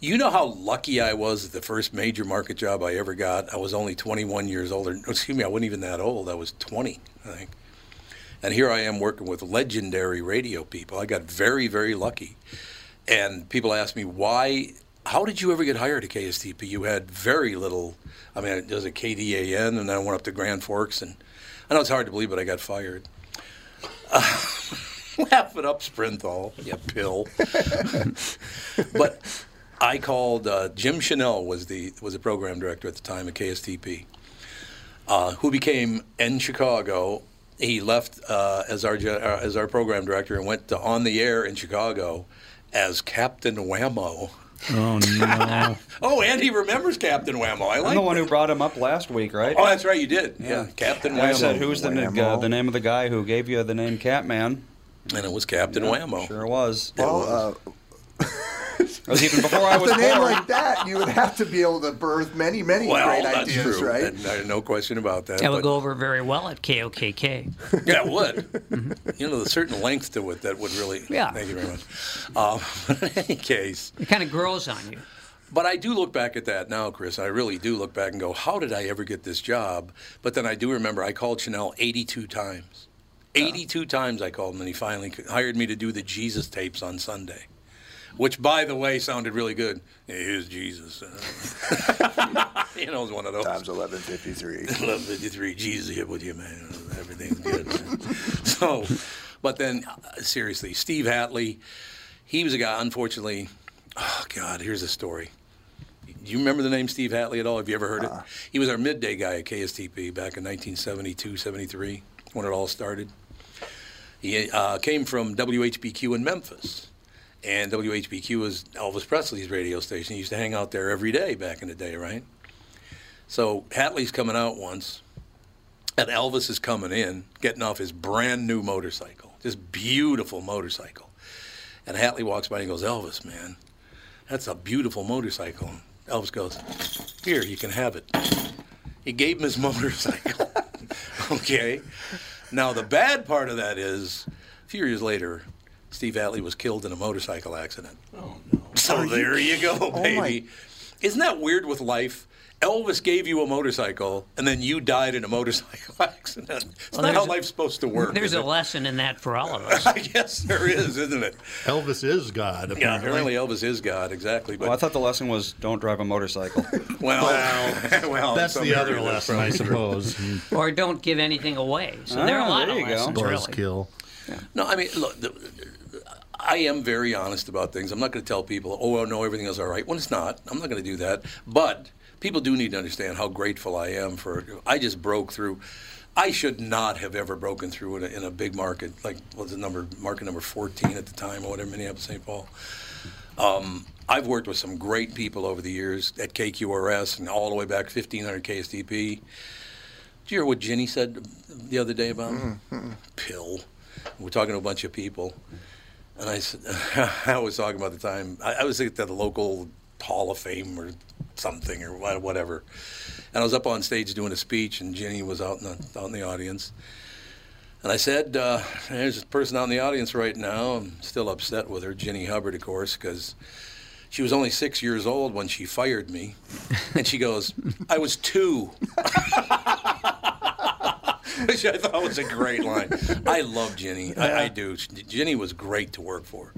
You know how lucky I was that the first major market job I ever got. I was only 21 years old. Or, excuse me, I wasn't even that old. I was 20, I think. And here I am working with legendary radio people. I got very, very lucky. And people ask me, why, how did you ever get hired at KSTP? You had very little, I mean, there was a KDAN, and then I went up to Grand Forks. And I know it's hard to believe, but I got fired. *laughs* laugh it up, Sprinthal, you pill. *laughs* but I called uh, Jim Chanel was the was the program director at the time at KSTP, uh, who became in Chicago. He left uh, as our ge- uh, as our program director and went to on the air in Chicago as Captain Whammo. Oh *laughs* no! Oh, and he remembers Captain Whammo. I I'm like. the one who brought him up last week, right? Oh, that's right, you did. Yeah, Captain And Whammo. I said, "Who's the, n- uh, the name of the guy who gave you the name Catman?" And it was Captain Whammo. Sure was. Well, uh, it *laughs* was even before *laughs* I with was a born. name like that, you would have to be able to birth many, many Well, uh, great that's ideas, true. right? That- no question about that. That would but- go over very well at KOKK. Yeah, it would. you know, the certain length to it that would really. Yeah. Thank you very much. Um, *laughs* but in any case, It kind of grows on you. but I do look back at that now, Chris. I really do look back and go, how did I ever get this job? But then I do remember I called Chanel 82 times. 82 times I called him, and he finally c- hired me to do the Jesus tapes on Sunday, which, by the way, sounded really good. Yeah, here's Jesus. *laughs* you know, it was one of those. Times 1153. Love 53. Jesus here with you, man. Everything's good. *laughs* so, but then, uh, seriously, Steve Hatley, he was a guy, unfortunately. Oh, God, here's a story. Do you remember the name Steve Hatley at all? Have you ever heard it? He was our midday guy at KSTP back in 1972, 73, when it all started. He uh, came from WHBQ in Memphis. And WHBQ was Elvis Presley's radio station. He used to hang out there every day back in the day, right? So Hatley's coming out once, and Elvis is coming in, getting off his brand new motorcycle, this beautiful motorcycle. And Hatley walks by and goes, Elvis, man, that's a beautiful motorcycle. Elvis goes, Here, you can have it. He gave him his *laughs* motorcycle. okay. Now, the bad part of that is, a few years later, Steve Hatley was killed in a motorcycle accident. Oh, no. So there you Oh go, my- baby. Isn't that weird with life? Elvis gave you a motorcycle, and then you died in a motorcycle *laughs* accident. It's Well, not how there's a- life's supposed to work. There's is a it? lesson in that *laughs* for all of us. I guess there is, isn't it? Elvis is God. Apparently. Yeah, apparently Elvis is God, exactly. But well, I thought the lesson was don't drive a motorcycle. well, *laughs* well, in That's some the other areas, lesson, I probably. *laughs* suppose. Or don't give anything away. So there are Ah, a lot there of you go. lessons, really. Buzzkill. No, I mean, look, the, the- I am very honest about things. I'm not going to tell people, oh, no, everything is all right when it's not. I'm not going to do that. But people do need to understand how grateful I am for. I just broke through. I should not have ever broken through in a, in a big market like what was the number market number 14 at the time or whatever, Minneapolis, St. Paul. Um, I've worked with some great people over the years at KQRS and all the way back 1500 KSTP. Did you hear what Jenny said the other day about me? pill? We're talking to a bunch of people. And I said, *laughs* I was talking about the time I, I was at the local Hall of Fame or something or wha- whatever, and I was up on stage doing a speech, and Jenny was out in the, out in the audience, and I said, uh, "There's this person out in the audience right now. I'm still upset with her, Jenny Hubbard, of course, because." She was only six years old when she fired me. And she goes, I was two. *laughs* Which I thought was a great line. I love Jenny. I, I do. She- Jenny was great to work for.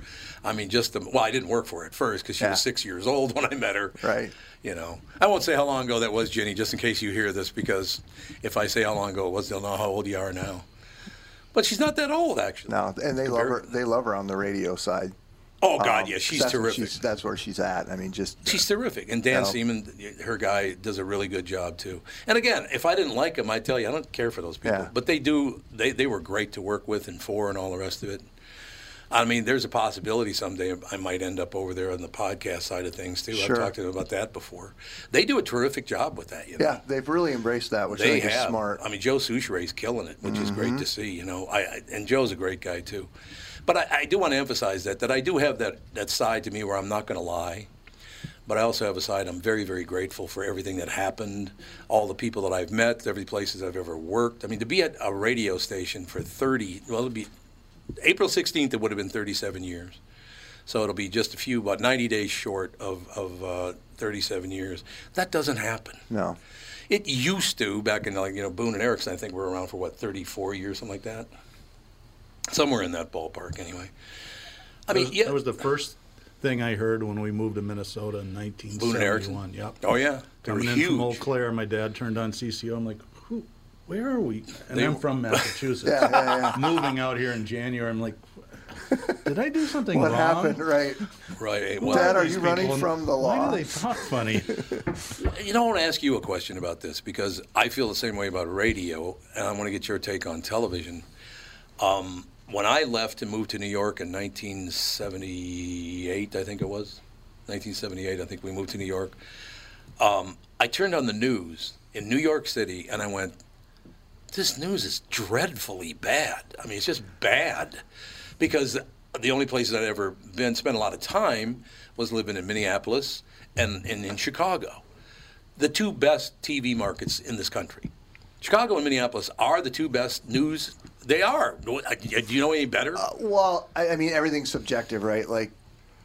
I mean, just the, well, I didn't work for her at first because she was six years old when I met her. Right. You know, I won't say how long ago that was, Jenny, just in case you hear this, because if I say how long ago it was, they'll know how old you are now. But she's not that old, actually. No, and they love her. They love her on the radio side. Um, Oh, God, yeah, she's that's where terrific. she's- that's where she's at. I mean, just She's terrific, and Dan Yeah. Seaman, her guy, does a really good job too. And again, if I didn't like them, I tell you, I don't care for those people. Yeah. But they do; they, they were great to work with and for, and all the rest of it. I mean, there's a possibility someday I might end up over there on the podcast side of things too. Sure. I've talked to them about that before. They do a terrific job with that. You know? yeah, they've really embraced that, which I they think is have. smart. I mean, Joe Souchere's killing it, which is great Mhm. to see. You know, I, I and Joe's a great guy too. But I, I do want to emphasize that that I do have that that side to me where I'm not going to lie. But I also have a side I'm very, very grateful for everything that happened, all the people that I've met, every places I've ever worked. I mean, to be at a radio station for 30, well, it'll be April 16th, it would have been 37 years. So it'll be just a few, about 90 days short of, of uh, 37 years. That doesn't happen. No, It used to back in like you know Boone and Erickson. I think were around for what 34 years, something like that. Somewhere in that ballpark, anyway. I mean, that was, that was the first thing I heard when we moved to Minnesota in Boone and 1971. Erickson. Yep. Oh, yeah. They were Coming in huge. from Eau Claire, my dad turned on CCO. I'm like, who? Where are we? And They I'm were- from Massachusetts. *laughs* Yeah, yeah, yeah. Moving out here in January, I'm like, did I do something what wrong? happened? Right. Right. well- Dad, are you running from the Why law? do they talk funny? you know, I want to ask you a question about this because I feel the same way about radio, and I want to get your take on television. Um, when I left and moved to New York in 1978, I think it was 1978. I think we moved to New York. Um, I turned on the news in New York City, and I went, "This news is dreadfully bad. I mean, it's just bad." because the only places I'd ever been spent a lot of time was living in Minneapolis and, and in Chicago, the two best TV markets in this country. Chicago and Minneapolis are the two best news. They are. Do you know any better? Uh, Well, I, I mean, everything's subjective, right? Like,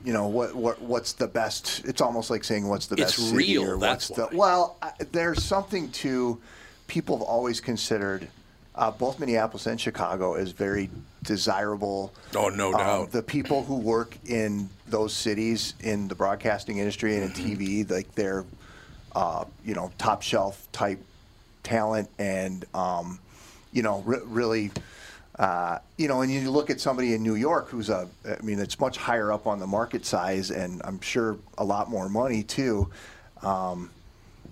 you know, what what what's the best? It's almost like saying what's the It's best city real, or that's what's the well. I, there's something to people have always considered. Uh, both Minneapolis and Chicago as very desirable. um, Oh, no doubt. The people who work in those cities in the broadcasting industry and in TV, like they're, uh, you know, top shelf type talent and um, you know re- really uh, you know and you look at somebody in New York who's a I mean it's much higher up on the market size and I'm sure a lot more money too um,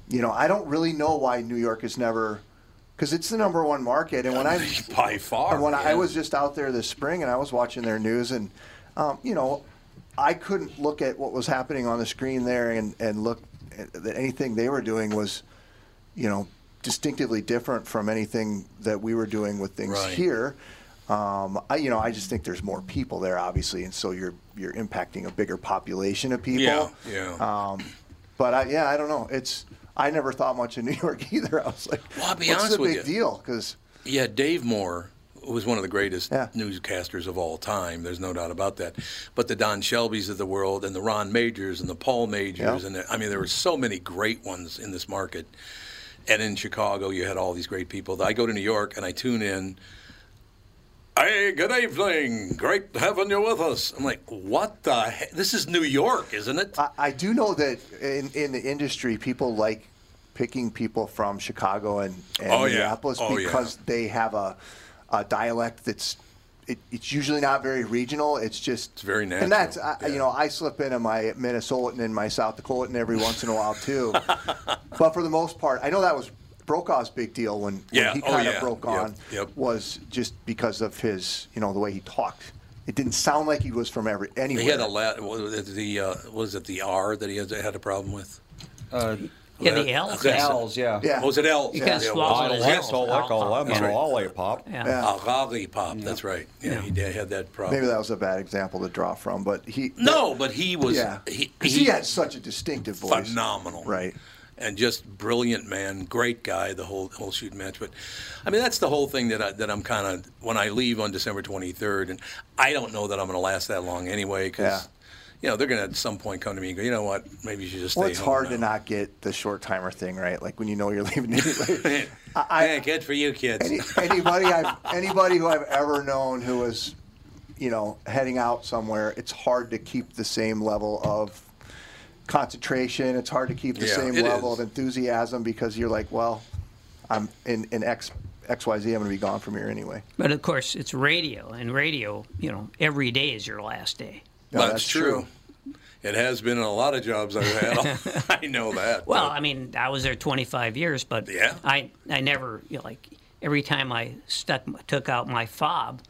you know I don't really know why New York is never because it's the number one market and when I *laughs* by far and when I yeah. was just out there this spring and I was watching their news and um, you know I couldn't look at what was happening on the screen there and and look at that anything they were doing was you know, distinctively different from anything that we were doing with things Right. here. Um, I, you know, I just think there's more people there, obviously, and so you're you're impacting a bigger population of people. Yeah, yeah. Um, but I, yeah, I don't know. It's I never thought much of New York *laughs* either. I was like, Well, I'll be what's honest the with big you. deal? Because Yeah, Dave Moore was one of the greatest newscasters of all time. There's no doubt about that. But the Don Shelby's of the world, and the Ron Majors, and the Paul Majors, Yeah. and the, I mean, there were so many great ones in this market. And in Chicago, you had all these great people. I go to New York and I tune in. Hey, good evening. Great having you with us. I'm like, what the? He- this is New York, isn't it? I, I do know that in in the industry, people like picking people from Chicago and, and Oh, yeah. Minneapolis Oh, yeah. because they have a, a dialect that's it, it's usually not very regional. It's just It's very natural. And that's I, you know I slip into my Minnesotan and my South Dakotan every once in a *laughs* while too, but for the most part, I know that was Brokaw's big deal when, when Yeah. he Oh, kind of yeah. broke Yep. on Yep. was just because of his you know the way he talked. It didn't sound like he was from every anywhere. He had a la- what was it, the uh, was it the R that he had, had a problem with? Uh, Yeah, the L's. That's- L's, yeah. Oh, was it L's? You can't Yeah, it swallow was. the L's. L's. Don't like all them, That's I'm a right. lollipop. Yeah. A lollipop, that's right. Yeah, he did, had that problem. Maybe that was a bad example to draw from, but he. No, but he was Yeah. he, 'Cause he had such a distinctive voice. phenomenal, right? And just brilliant man, great guy. The whole whole shoot match, but I mean that's the whole thing that I, that I'm kind of when I leave on December 23rd, and I don't know that I'm going to last that long anyway because. You know, they're going to at some point come to me and go, you know what, maybe you should just stay Well, it's home hard *laughs* now." to not get the short timer thing right. Like when you know you're *laughs* leaving. anyway. hey, good for you, kids. *laughs* anybody I've anybody who I've ever known who is, you know, heading out somewhere, it's hard to keep the same level of concentration. It's hard to keep the Yeah, same it level is. of enthusiasm because you're like, well, I'm in in X XYZ. I'm going to be gone from here anyway. But of course, it's radio, and radio, you know, every day is your last day. No, that's, that's true. It has been in a lot of jobs I've *laughs* had. *laughs* I know that. Well, I mean, I was there 25 years, but Yeah. I I never you know, like every time I stuck took out my fob,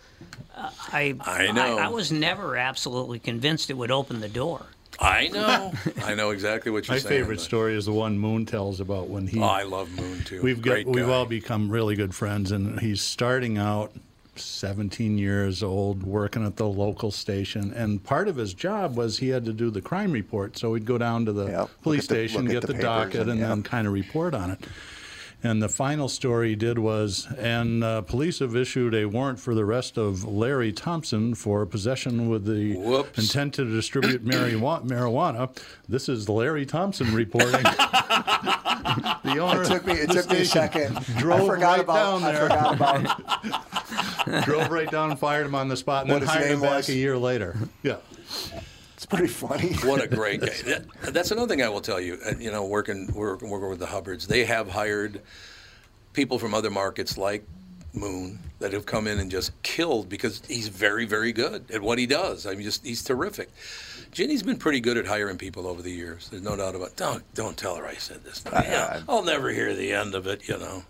uh, I I know. I, was never absolutely convinced it would open the door. I know. I know exactly what you're My saying. favorite story is the one Moon tells about when he. Oh, I love Moon too. We've got Great we've guy. all become really good friends, and he's starting out, 17 years old, working at the local station, and part of his job was he had to do the crime report. So he'd go down to the police at the- station, look get at the, the papers docket, and, and- yeah. then kind of report on it. And the final story he did was, and uh, police have issued a warrant for the arrest of Larry Thompson for possession with the intent to distribute marijuana. marijuana. This is Larry Thompson reporting. the owner. It took me *laughs* it of the took me a station second. Drove I forgot right about down I there. forgot *laughs* about drove right down and fired him on the spot, and What then his hired him name back was? a year later. Yeah. It's pretty funny. *laughs* What a great guy. That, that's another thing I will tell you. uh, You know, working working working with the Hubbards, they have hired people from other markets like Moon that have come in and just killed because he's very very good at what he does. I mean, just he's terrific. Ginny's been pretty good at hiring people over the years. There's no doubt about. Don't don't tell her I said this. Yeah, I'll never hear the end of it. You know.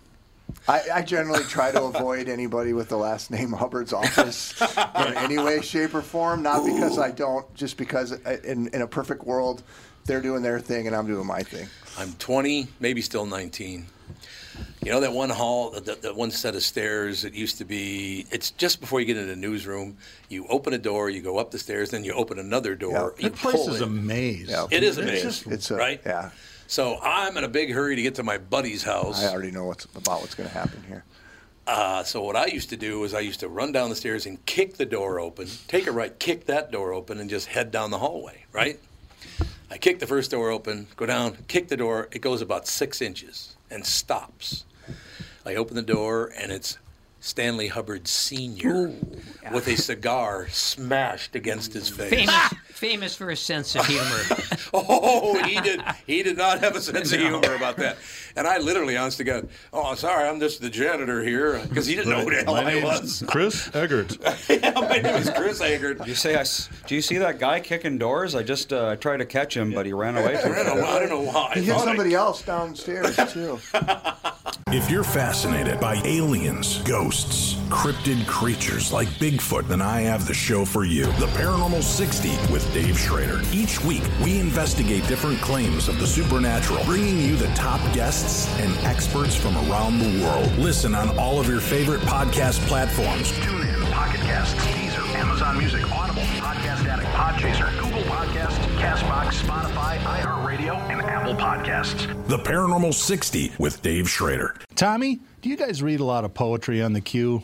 I, I generally try to avoid anybody with the last name Hubbard's office in any way, shape, or form. Not because I don't, just because I- in, in a perfect world, they're doing their thing and I'm doing my thing. I'm 20, maybe still 19. You know that one hall, that, that one set of stairs. It used to be. It's just before you get into the newsroom. You open a door, you go up the stairs, then you open another door. you That place pull is in. a maze. It is a maze, just- right? Yeah. So I'm in a big hurry to get to my buddy's house. I already know what's about what's going to happen here. Uh, so what I used to do is I used to run down the stairs and kick the door open, take a right, kick that door open, and just head down the hallway. Right? I kick the first door open, go down, kick the door. It goes about six inches and stops. I open the door and it's Stanley Hubbard Senior with a cigar smashed against his face. Famous famous for his sense of humor. *laughs* Oh, he did. He did not have a sense of humor about that. And I literally, honest to God, oh, sorry, I'm just the janitor here because he didn't know who the hell My I name's was. Chris Eggert. yeah, my name is Chris Eggert. You say I s do you see that guy kicking doors? I just uh, tried to catch him, but he ran away *laughs* from me. I don't know why. He hit somebody else downstairs, too. If you're fascinated by aliens, ghosts, cryptid creatures like Bigfoot, then I have the show for you The Paranormal 60 with Dave Schrader. Each week, we investigate different claims of the supernatural, bringing you the top guests and experts from around the world. Listen on all of your favorite podcast platforms. TuneIn, Pocket Casts, Deezer, Amazon Music, Audible, Podcast Addict, Podchaser, Google Podcasts, Castbox, Spotify, iHeartRadio, and Apple Podcasts. The Paranormal 60 with Dave Schrader. Tommy, do you guys read a lot of poetry on the queue?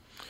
*laughs*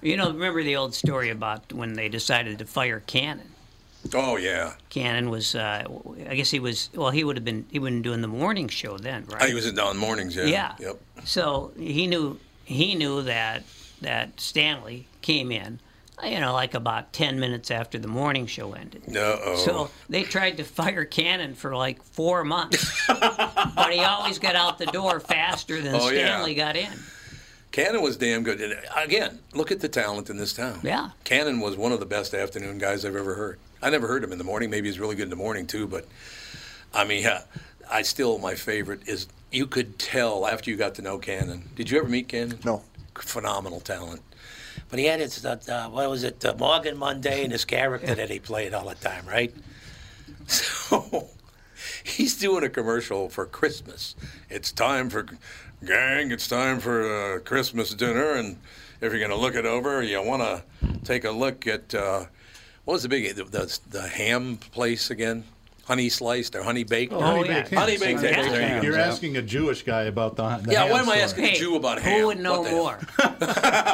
You know, remember the old story about when they decided to fire Cannon. Oh yeah. Cannon was, uh, I guess he was. Well, he would have been. He would been doing the morning show then, right? Oh, He was in Don Mornings, yeah. Yeah. Yep. So he knew he knew that that Stanley came in, you know, like about ten minutes after the morning show ended. Uh-oh. So they tried to fire Cannon for like four months, but he always got out the door faster than Oh, yeah. Stanley got in. Cannon was damn good. And again, look at the talent in this town. Yeah. Cannon was one of the best afternoon guys I've ever heard. I never heard him in the morning. Maybe he's really good in the morning too, but I mean, yeah, I still my favorite is you could tell after you got to know Cannon. Did you ever meet Cannon? No. Phenomenal talent. But he had his uh, uh, what was it uh, Morgan Monday and his character that he played all the time, right? *laughs* So he's doing a commercial for Christmas. It's time for gang. It's time for uh, Christmas dinner, and if you're going to look it over, you want to take a look at uh, what was the big the, the, the ham place again? Honey sliced or honey Oh, baked? Oh, honey baked. ham. There you go. You're asking a Jewish guy about the. the Yeah, ham why am I story. asking a Jew about who ham? would know What the hell?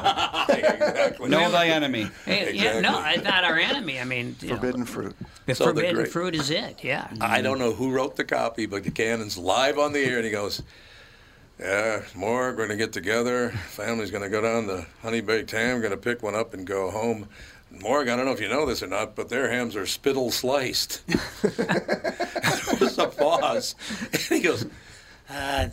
more? exactly. Know thy enemy. Hey, yeah, no, it's not our enemy. I mean, you know, Forbidden fruit. the So the forbidden great- fruit is it. Yeah. I don't know who wrote the copy, but the Cannon's live on the air, and he goes, "Yeah, more. We're gonna get together. Family's gonna go down to Honey Baked Ham. Gonna pick one up and go home." Morg, I don't know if you know this or not, but their hams are spittle sliced. *laughs* there was a pause, and he goes, uh,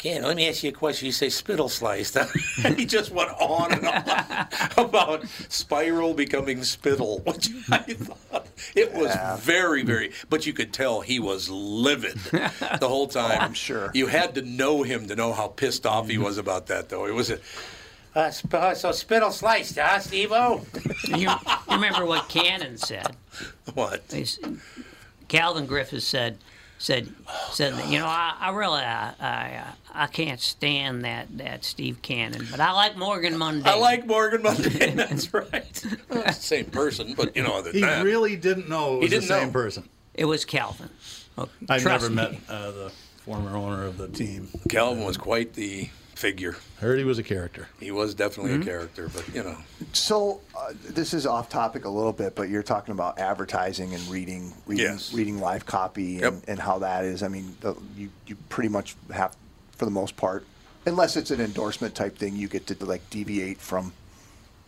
"Ken, let me ask you a question. You say spittle sliced." *laughs* and he just went on and on *laughs* about spiral becoming spittle, *laughs* which I thought it was very, very. But you could tell he was livid the *laughs* whole time. Oh, I'm sure you had to know him to know how pissed off he was about that, though. It was a uh, sp- uh, so spittle sliced, huh, Steve-O? You, you remember what Cannon said? What? He's- Calvin Griffiths said said said that, you know I, I really I, I I can't stand that that Steve Cannon, but I like Morgan Monday. I like Morgan Monday. That's right. Well, it's the same person, but you know, other than He that. really didn't know it was He didn't the same know. person. It was Calvin. I've Trust never me. met uh, the former owner of the team. Calvin was quite the figure. Heard he was a character. He was definitely Hmm? a character, but you know, So uh, this is off topic a little bit, but you're talking about advertising and reading, reading, Yes. reading live copy, and, and how that is. I mean, the, you you pretty much have, for the most part, unless it's an endorsement type thing, you get to like deviate from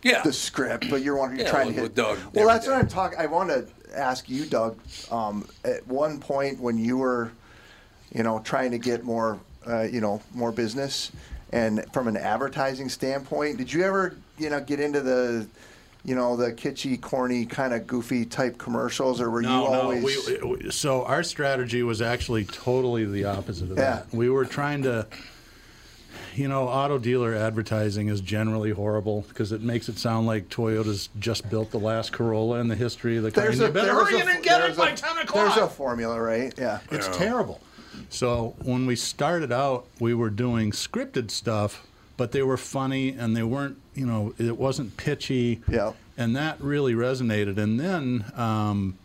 yeah, the script, but you're wondering, you're Yeah, trying with- to hit. with Doug well, every that's what I'm talking. I want to ask you, Doug. Um, at one point when you were, you know, trying to get more, uh, you know, more business, and from an advertising standpoint, did you ever, you know, get into the, you know, the kitschy, corny, kind of goofy type commercials, or were you always? No, we, we, so our strategy was actually totally the opposite of Yeah. that. We were trying to you know, auto dealer advertising is generally horrible because it makes it sound like Toyota's just built the last Corolla in the history of the car. and you better there's hurry in a- and get it there's by a- 10 o'clock. There's a formula, right? Yeah. It's terrible. So when we started out, we were doing scripted stuff, but they were funny and they weren't, you know, it wasn't pitchy. Yeah. And that really resonated. And then um,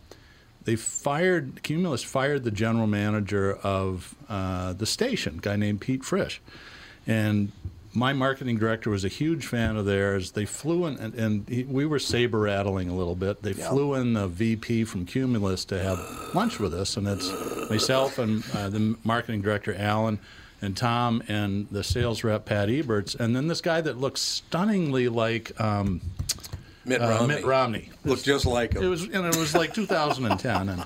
they fired, Cumulus fired the general manager of uh, the station, a guy named Pete Frisch. And my marketing director was a huge fan of theirs. They flew in, and, and he, we were saber rattling a little bit. They flew in the VP from Cumulus to have lunch with us, and it's myself and uh, the marketing director, Alan, and Tom, and the sales rep, Pat Eberts, and then this guy that looks stunningly like um, Mitt uh, Romney. Mitt Romney. Looked just like him. It was, and it was like 2010, and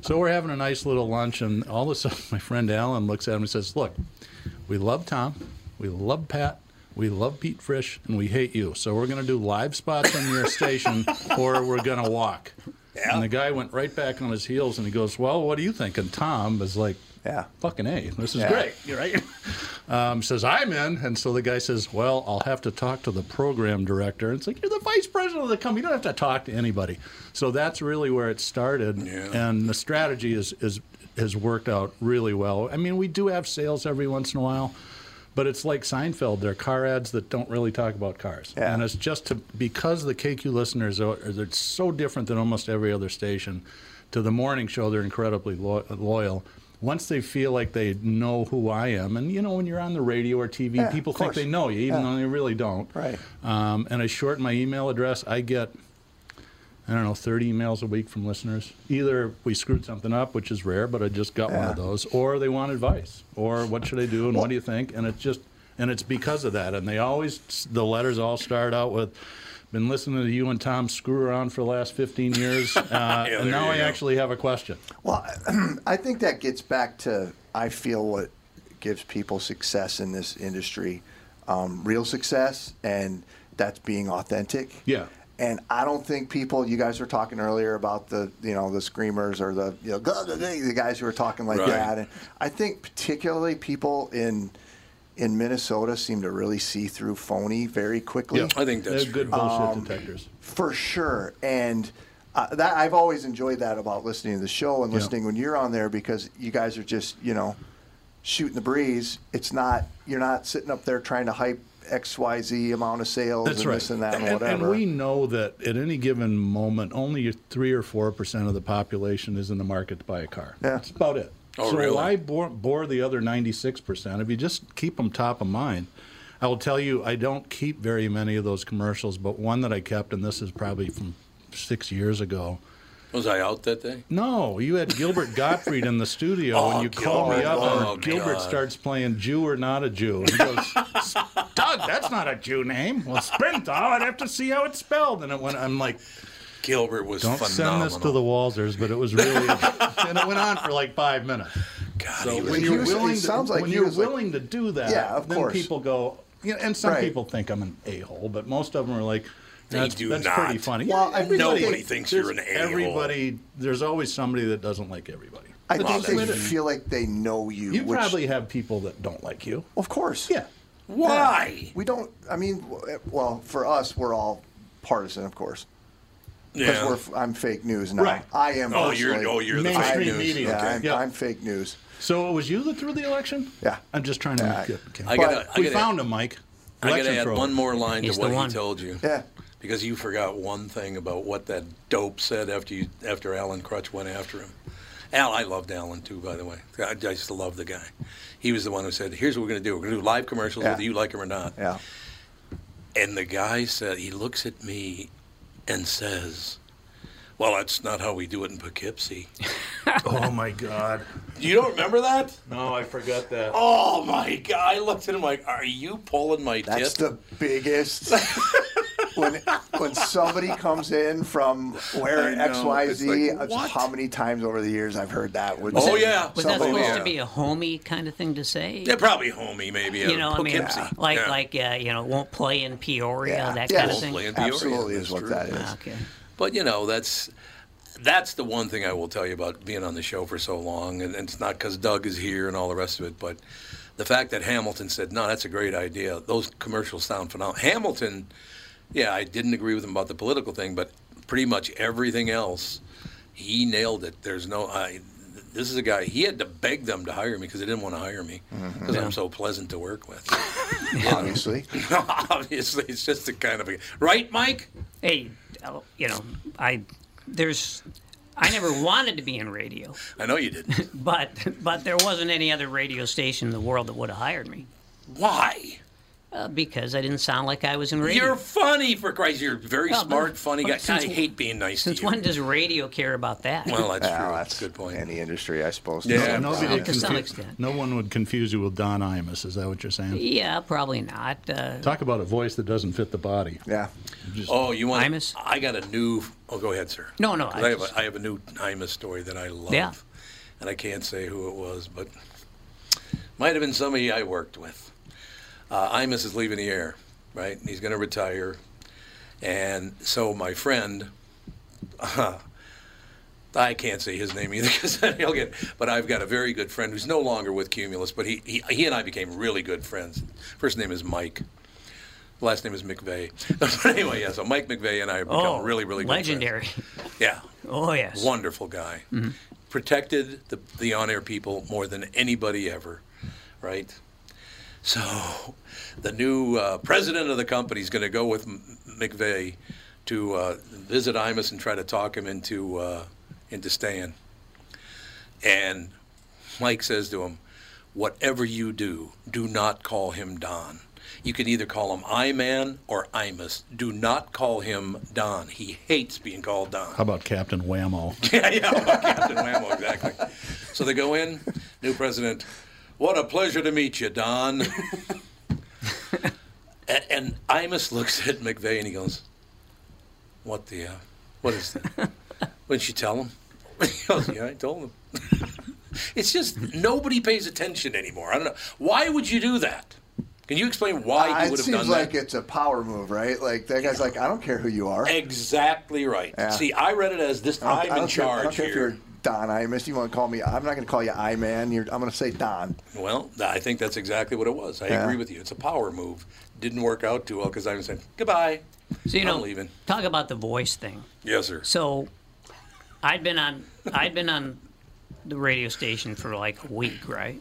so we're having a nice little lunch, and all of a sudden, my friend Alan looks at him and says, "Look, we love Tom, we love Pat, we love Pete Frisch, and we hate you. So we're going to do live spots on your station, or we're going to walk." And the guy went right back on his heels, and he goes, "Well, what do you think?" And Tom is like, "Yeah, fucking a, this is Yeah. great." You're right. Um, says I'm in, and so the guy says, "Well, I'll have to talk to the program director." And it's like you're the vice president of the company; you don't have to talk to anybody. So that's really where it started, and the strategy is is has worked out really well. I mean, we do have sales every once in a while, but it's like Seinfeld; they're car ads that don't really talk about cars, and it's just to because the KQ listeners are are- they're so different than almost every other station. To the morning show, they're incredibly lo- loyal once they feel like they know who I am, and you know, when you're on the radio or TV, Yeah, people of think they course. know you, even Yeah. though they really don't. Right. Um, and I shorten my email address. I get, I don't know, 30 emails a week from listeners. Either we screwed something up, which is rare, but I just got one of those, or they want advice, or what should I do, and what do you think? And it's just, and it's because of that. And they always, the letters all start out with, been listening to you and Tom screw around for the last *laughs* 15 years, uh, there and now you I go. actually have a question. Well, I think that gets back to I feel what gives people success in this industry, um, real success, and that's being authentic. Yeah. And I don't think people. You guys were talking earlier about the you know the screamers or the you know "Gah, gah, gah," the guys who were talking like Right. that. And I think particularly people in in Minnesota seem to really see through phony very quickly. I think that's They're true. good bullshit Um, detectors. For sure, and uh, that I've always enjoyed that about listening to the show and Yeah. listening when you're on there because you guys are just you know shooting the breeze. It's not you're not sitting up there trying to hype X Y Z amount of sales and this and that and, whatever. we know that at any given moment, only three or four percent of the population is in the market to buy a car. That's about it. Oh, so really? why bore, bore the other ninety-six percent if you just keep them top of mind? I will tell you, I don't keep very many of those commercials, but one that I kept, and this is probably from six years ago. Was I out that day? No, you had *laughs* Gilbert Gottfried in the studio, Oh, and you called me Gilbert. up, Oh, and Gilbert God. starts playing Jew or Not *laughs* a Jew. And he goes, Doug, that's not a Jew name. Well, Sprinthal, I'd have to see how it's spelled. And it went, I'm like, Gilbert was don't phenomenal. send this to the Walzers, but it *laughs* was really, and it went on for like five minutes. so he was- when He you're was- it willing, to, sounds like when he you're was, like- willing to do that, Yeah, of then course. people go, you know, and some Right. people think I'm an a hole, but most of them are like, They that's, do that's not. pretty funny. Well, I think Everybody- Nobody thinks you're an there's a-hole. Everybody, there's always somebody that doesn't like everybody. I But think that's they the way to- feel like they know you. you which, probably have people that don't like you. of course, Yeah. Why? We don't. I mean, w- eh, well, for us, we're all partisan, of course. Yeah. Because we're, I'm fake news now. Right. I am. Oh, you're- personally. oh, you're the I'm- fake news. Yeah, Okay. I'm, Yeah. I'm fake news. So it was you that threw the election? Yeah. I'm just trying to make it. Okay. I gotta- I we gotta- found him, Mike. I got Election to add fraud. one more line He's to the what he one. told you. Yeah. Because you forgot one thing about what that dope said after you after Alan Crutch went after him. Al, I loved Alan too, by the way. I just love the guy. He was the one who said, "Here's what we're going to do. We're going to do live commercials, Yeah. whether you like them or not." Yeah. And the guy said, he looks at me and says, "Well, that's not how we do it in Poughkeepsie." *laughs* Oh my God! you don't remember that? No, I forgot that. Oh my God! I looked at him like, "Are you pulling my That's tip?" the biggest. when when somebody comes in from I where know. X Y Z, It's like, it's what? how many times over the years I've heard that? With Was Oh, that- yeah. Was that somebody- supposed yeah. to be a homey kind of thing to say? yeah, probably homie, maybe. You know, I mean, Poughkeepsie. like Yeah. like uh, you know, won't play in Peoria, Yeah. that Yeah. kind of Won't thing. play in Peoria, Absolutely, is that's what true. that is. Ah, okay. But you know, that's that's the one thing I will tell you about being on the show for so long, and, and it's not because Doug is here and all the rest of it, but the fact that Hamilton said, no, that's a great idea, those commercials sound phenomenal. Hamilton, yeah, I didn't agree with him about the political thing, but pretty much everything else, he nailed it. There's no, I, this is a guy, he had to beg them to hire me because they didn't want to hire me because Mm-hmm. Yeah. I'm so pleasant to work with. *laughs* Obviously. *laughs* Obviously, it's just a kind of a, right, Mike? Hey, oh, you know, I there's I never wanted to be in radio, I know you didn't. *laughs* but but there wasn't any other radio station in the world that would have hired me. Why? Uh, because I didn't sound like I was in radio. You're funny, for Christ. You're a very Well, but- smart, funny guy. but since I wh- hate being nice Since to you. when does radio care about that? Well, that's true. That's a good point. Any industry, I suppose. So nobody problem. confu- To some extent. no one would confuse you with Don Imus. Is that what you're saying? yeah, probably not. Uh, Talk about a voice that doesn't fit the body. Yeah. oh, you want? Imus? I got a new. Oh, go ahead, sir. No, no, 'Cause I I, have just- a, I have a new Imus story that I love. Yeah. And I can't say who it was, but might have been somebody I worked with. Uh, Imus is leaving the air, right? And he's going to retire. And so my friend, *laughs* I can't say his name either *laughs* because he'll get. But I've got a very good friend who's no longer with Cumulus, but he, he he and I became really good friends. First name is Mike. Last name is McVeigh. *laughs* but anyway, yeah. So Mike McVeigh and I have become oh, really really good legendary. *laughs* friends. Yeah. Oh yes. Wonderful guy. Mhm. Protected the the on air people more than anybody ever, right? So, the new uh, president of the company is going to go with M- McVeigh to uh, visit Imus and try to talk him into uh, into staying. And Mike says to him, "Whatever you do, do not call him Don. You can either call him I Man or Imus. Do not call him Don. He hates being called Don." How about Captain Whammo? *laughs* yeah, yeah, about Captain Whammo, exactly. So they go in, new president. What a pleasure to meet you, Don. and, and Imus looks at McVeigh and he goes, "What the? Uh, what is that? Wouldn't you tell him?" *laughs* He goes, "Yeah, I told him." *laughs* it's just nobody pays attention anymore. I don't know why would you do that. Can you explain why you Uh, it would have seems done that? like it's a power move, right? Like that guy's like, I don't care who you are. Exactly right. Yeah. See, I read it as this. I don't- I'm I in don't care- I don't charge care if here. you're Don Imus. You want to call me? I'm not going to call you I man. You're, I'm going to say Don. Well, th- I think that's exactly what it was. I Yeah. agree with you. It's a power move. Didn't work out too well because I was saying goodbye. So you I'm know, leaving. talk about the voice thing. Yes, sir. So, I'd been on I'd been on the radio station for like a week, right?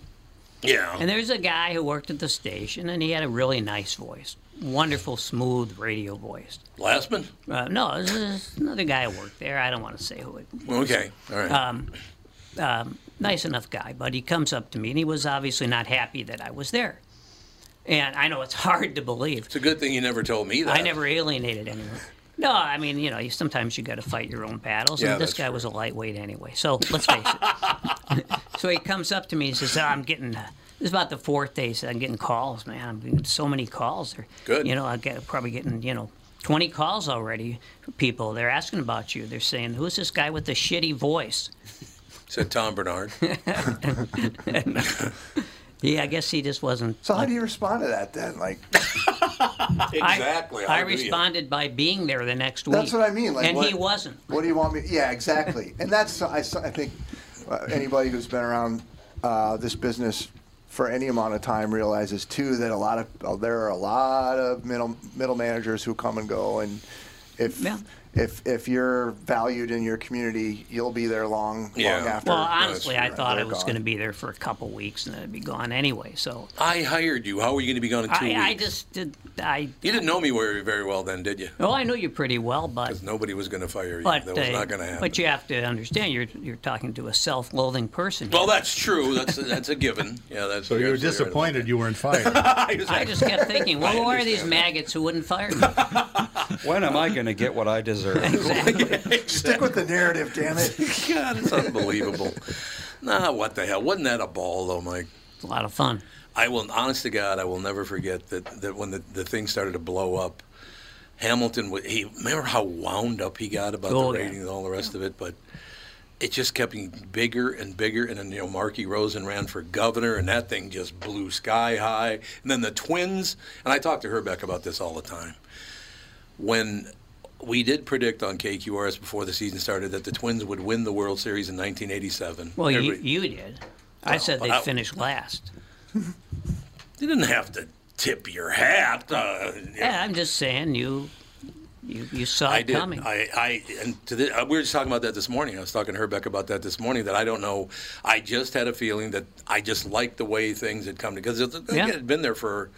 Yeah. And there's a guy who worked at the station, and he had a really nice voice, wonderful, smooth radio voice. Lastman. Uh, no, this is another guy who worked there. I don't want to say who it. Was. Okay. All right. Um, um, nice enough guy, but he comes up to me, and he was obviously not happy that I was there. And I know it's hard to believe. It's a good thing you never told me that. I never alienated anyone. No, I mean, you know, you, sometimes you got to fight your own battles, Yeah, and this that's guy was a lightweight anyway. So let's face it. *laughs* so he comes up to me and says, "Ah, "I'm getting." Uh, this is about the fourth day. So I'm getting calls, man. I'm getting so many calls. They're, Good. You know, I get probably getting you know. 20 calls already from people. They're asking about you. They're saying, Who's this guy with the shitty voice? Said Tom *laughs* Bernard. Yeah, I guess he just wasn't. So how do you respond to that then? Like, exactly. I how do you? responded by being there the next week. That's what I mean. Like, and what, he wasn't. What do you want me? Yeah, exactly. and that's I, s- I think uh, anybody who's been around uh, this business for any amount of time realizes too that a lot of uh, there are a lot of middle middle managers who come and go and. If, if if you're valued in your community, you'll be there long, long after. Well, honestly, I they're thought I was gone. going to be there for a couple weeks and then it'd be gone anyway. So I hired you. How are you going to be gone in two I, weeks? I just did. I you didn't know me very, very well then, did you? well, Oh, I knew you pretty well, but Because nobody was going to fire you. but that was uh, not going to happen. but you have to understand, you're you're talking to a self-loathing person. well, that's true. That's that's a given. Yeah, that's. So you *laughs* were disappointed you weren't fired. I just kept thinking, well, I who *laughs* are these understand maggots who wouldn't *laughs* fire me? When am I going to get what I *laughs* *laughs* deserve? Stick with the narrative, damn it. *laughs* God, it's unbelievable. nah, what the hell? Wasn't that a ball though, Mike? A lot of fun. I will, honest to God, I will never forget that, that when the, the thing started to blow up, Hamilton, wa- he remember how wound up he got about Oh, the yeah. ratings and all the rest of it, but it just kept getting bigger and bigger. And then, you know, Marky Rosen ran for governor, and that thing just blew sky high. And then the twins, and I talk to Herbeck about this all the time. When we did predict on KQRS before the season started that the twins would win the World Series in 1987. Well, you, Everybody- you did. I said but they I- would finished last. You didn't have to tip your hat. Uh, Yeah, I'm just saying you you, you saw I it did. coming. I, I and to the, uh, we were just talking about that this morning. I was talking to her Beck about that this morning. That I don't know. I just had a feeling that I just liked the way things had come because it, Yeah. it had been there for,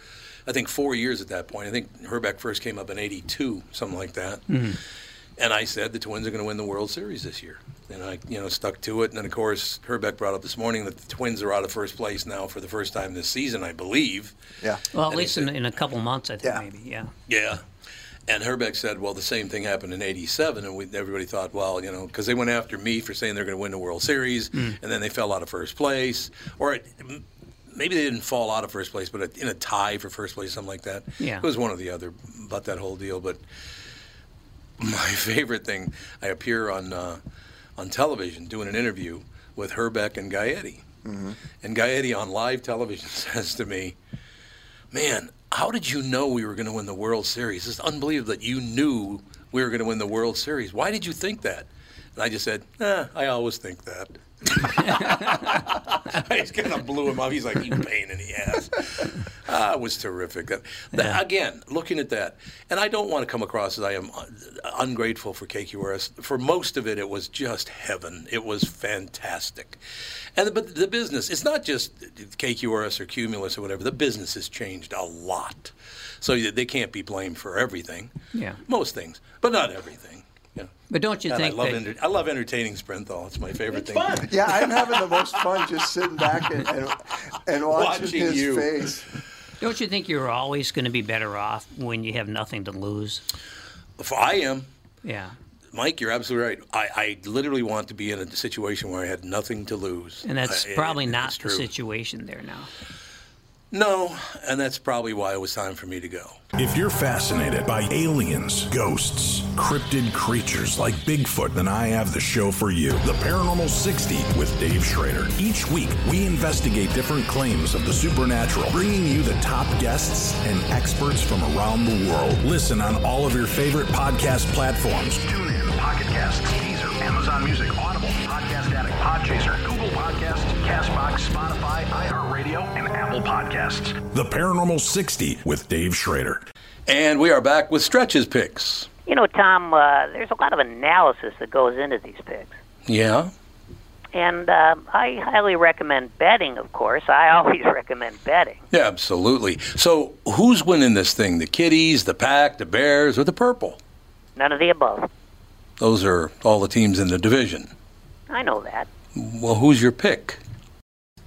I think, four years at that point. I think Herbeck first came up in '82, something like that. Mm-hmm. And I said the Twins are going to win the World Series this year. And I, you know, stuck to it. And then, of course, Herbeck brought up this morning that the Twins are out of first place now for the first time this season, I believe. Yeah. Well, at least in, in a couple months, I think maybe. Yeah. Yeah. And Herbeck said, well, the same thing happened in 87. And we, everybody thought, well, you know, because they went after me for saying they're going to win the World Series. Hmm. Mm. And then they fell out of first place. Or it, m- maybe they didn't fall out of first place, but in a tie for first place, something like that. Yeah. It was one or the other about that whole deal. But my *laughs* favorite thing, I appear on, uh, on television doing an interview with Herbeck and Gaetti. Mm-hmm. And Gaetti on live television *laughs* says to me, Man, how did you know we were going to win the World Series? It's unbelievable that you knew we were going to win the World Series. Why did you think that? And I just said, eh, I always think that. *laughs* I just kind of blew him off. He's like, you pain in the ass. Ah, it was terrific. That- that- Again, looking at that, and I don't want to come across as I am un- ungrateful for KQRS. For most of it, it was just heaven. It was fantastic. And but the business, it's not just KQRS or Cumulus or whatever. The business has changed a lot, so they can't be blamed for everything. Yeah. Most things, but not everything. Yeah. But don't you God, think I love that- enter- I love entertaining Sprinthal. It's my favorite thing. Yeah, I'm having the most fun just sitting back and, and, and watching, Watching his you. face. Don't you think you're always going to be better off when you have nothing to lose? If I am. Yeah. Mike, you're absolutely right. I, I literally want to be in a situation where I had nothing to lose. And that's I- it- probably it- not it's the Uh, true. situation there now. No, and that's probably why it was time for me to go. If you're fascinated by aliens, ghosts, cryptid creatures like Bigfoot, then I have the show for you The Paranormal 60 with Dave Schrader. Each week, we investigate different claims of the supernatural, bringing you the top guests and experts from around the world. Listen on all of your favorite podcast platforms. TuneIn, Pocket Casts, Deezer, Amazon Music, Audible, Podcast Addict, Podchaser, Google Podcasts, Castbox, Spotify, iHeartRadio, and Apple Podcasts. The Paranormal 60 with Dave Schrader. And we are back with stretches picks. You know, Tom, uh, there's a lot of analysis that goes into these picks. Yeah. And uh, I highly recommend betting, of course. I *laughs* always recommend betting. Yeah, absolutely. So, who's winning this thing? The Kitties, the Pack, the Bears, or the Purple? None of the above. Those are all the teams in the division. I know that. Well, who's your pick?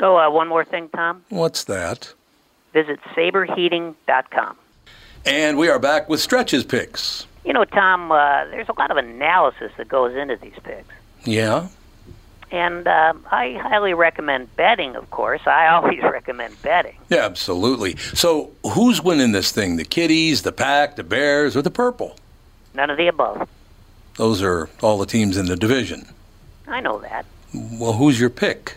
Oh, uh, one more thing, Tom. What's that? Visit saberheating.com. And we are back with stretches picks. You know, Tom, uh, there's a lot of analysis that goes into these picks. Yeah. And uh, I highly recommend betting, of course. I *laughs* always recommend betting. Yeah, absolutely. So, who's winning this thing? The Kitties, the Pack, the Bears, or the Purple? None of the above. Those are all the teams in the division. I know that. Well, who's your pick?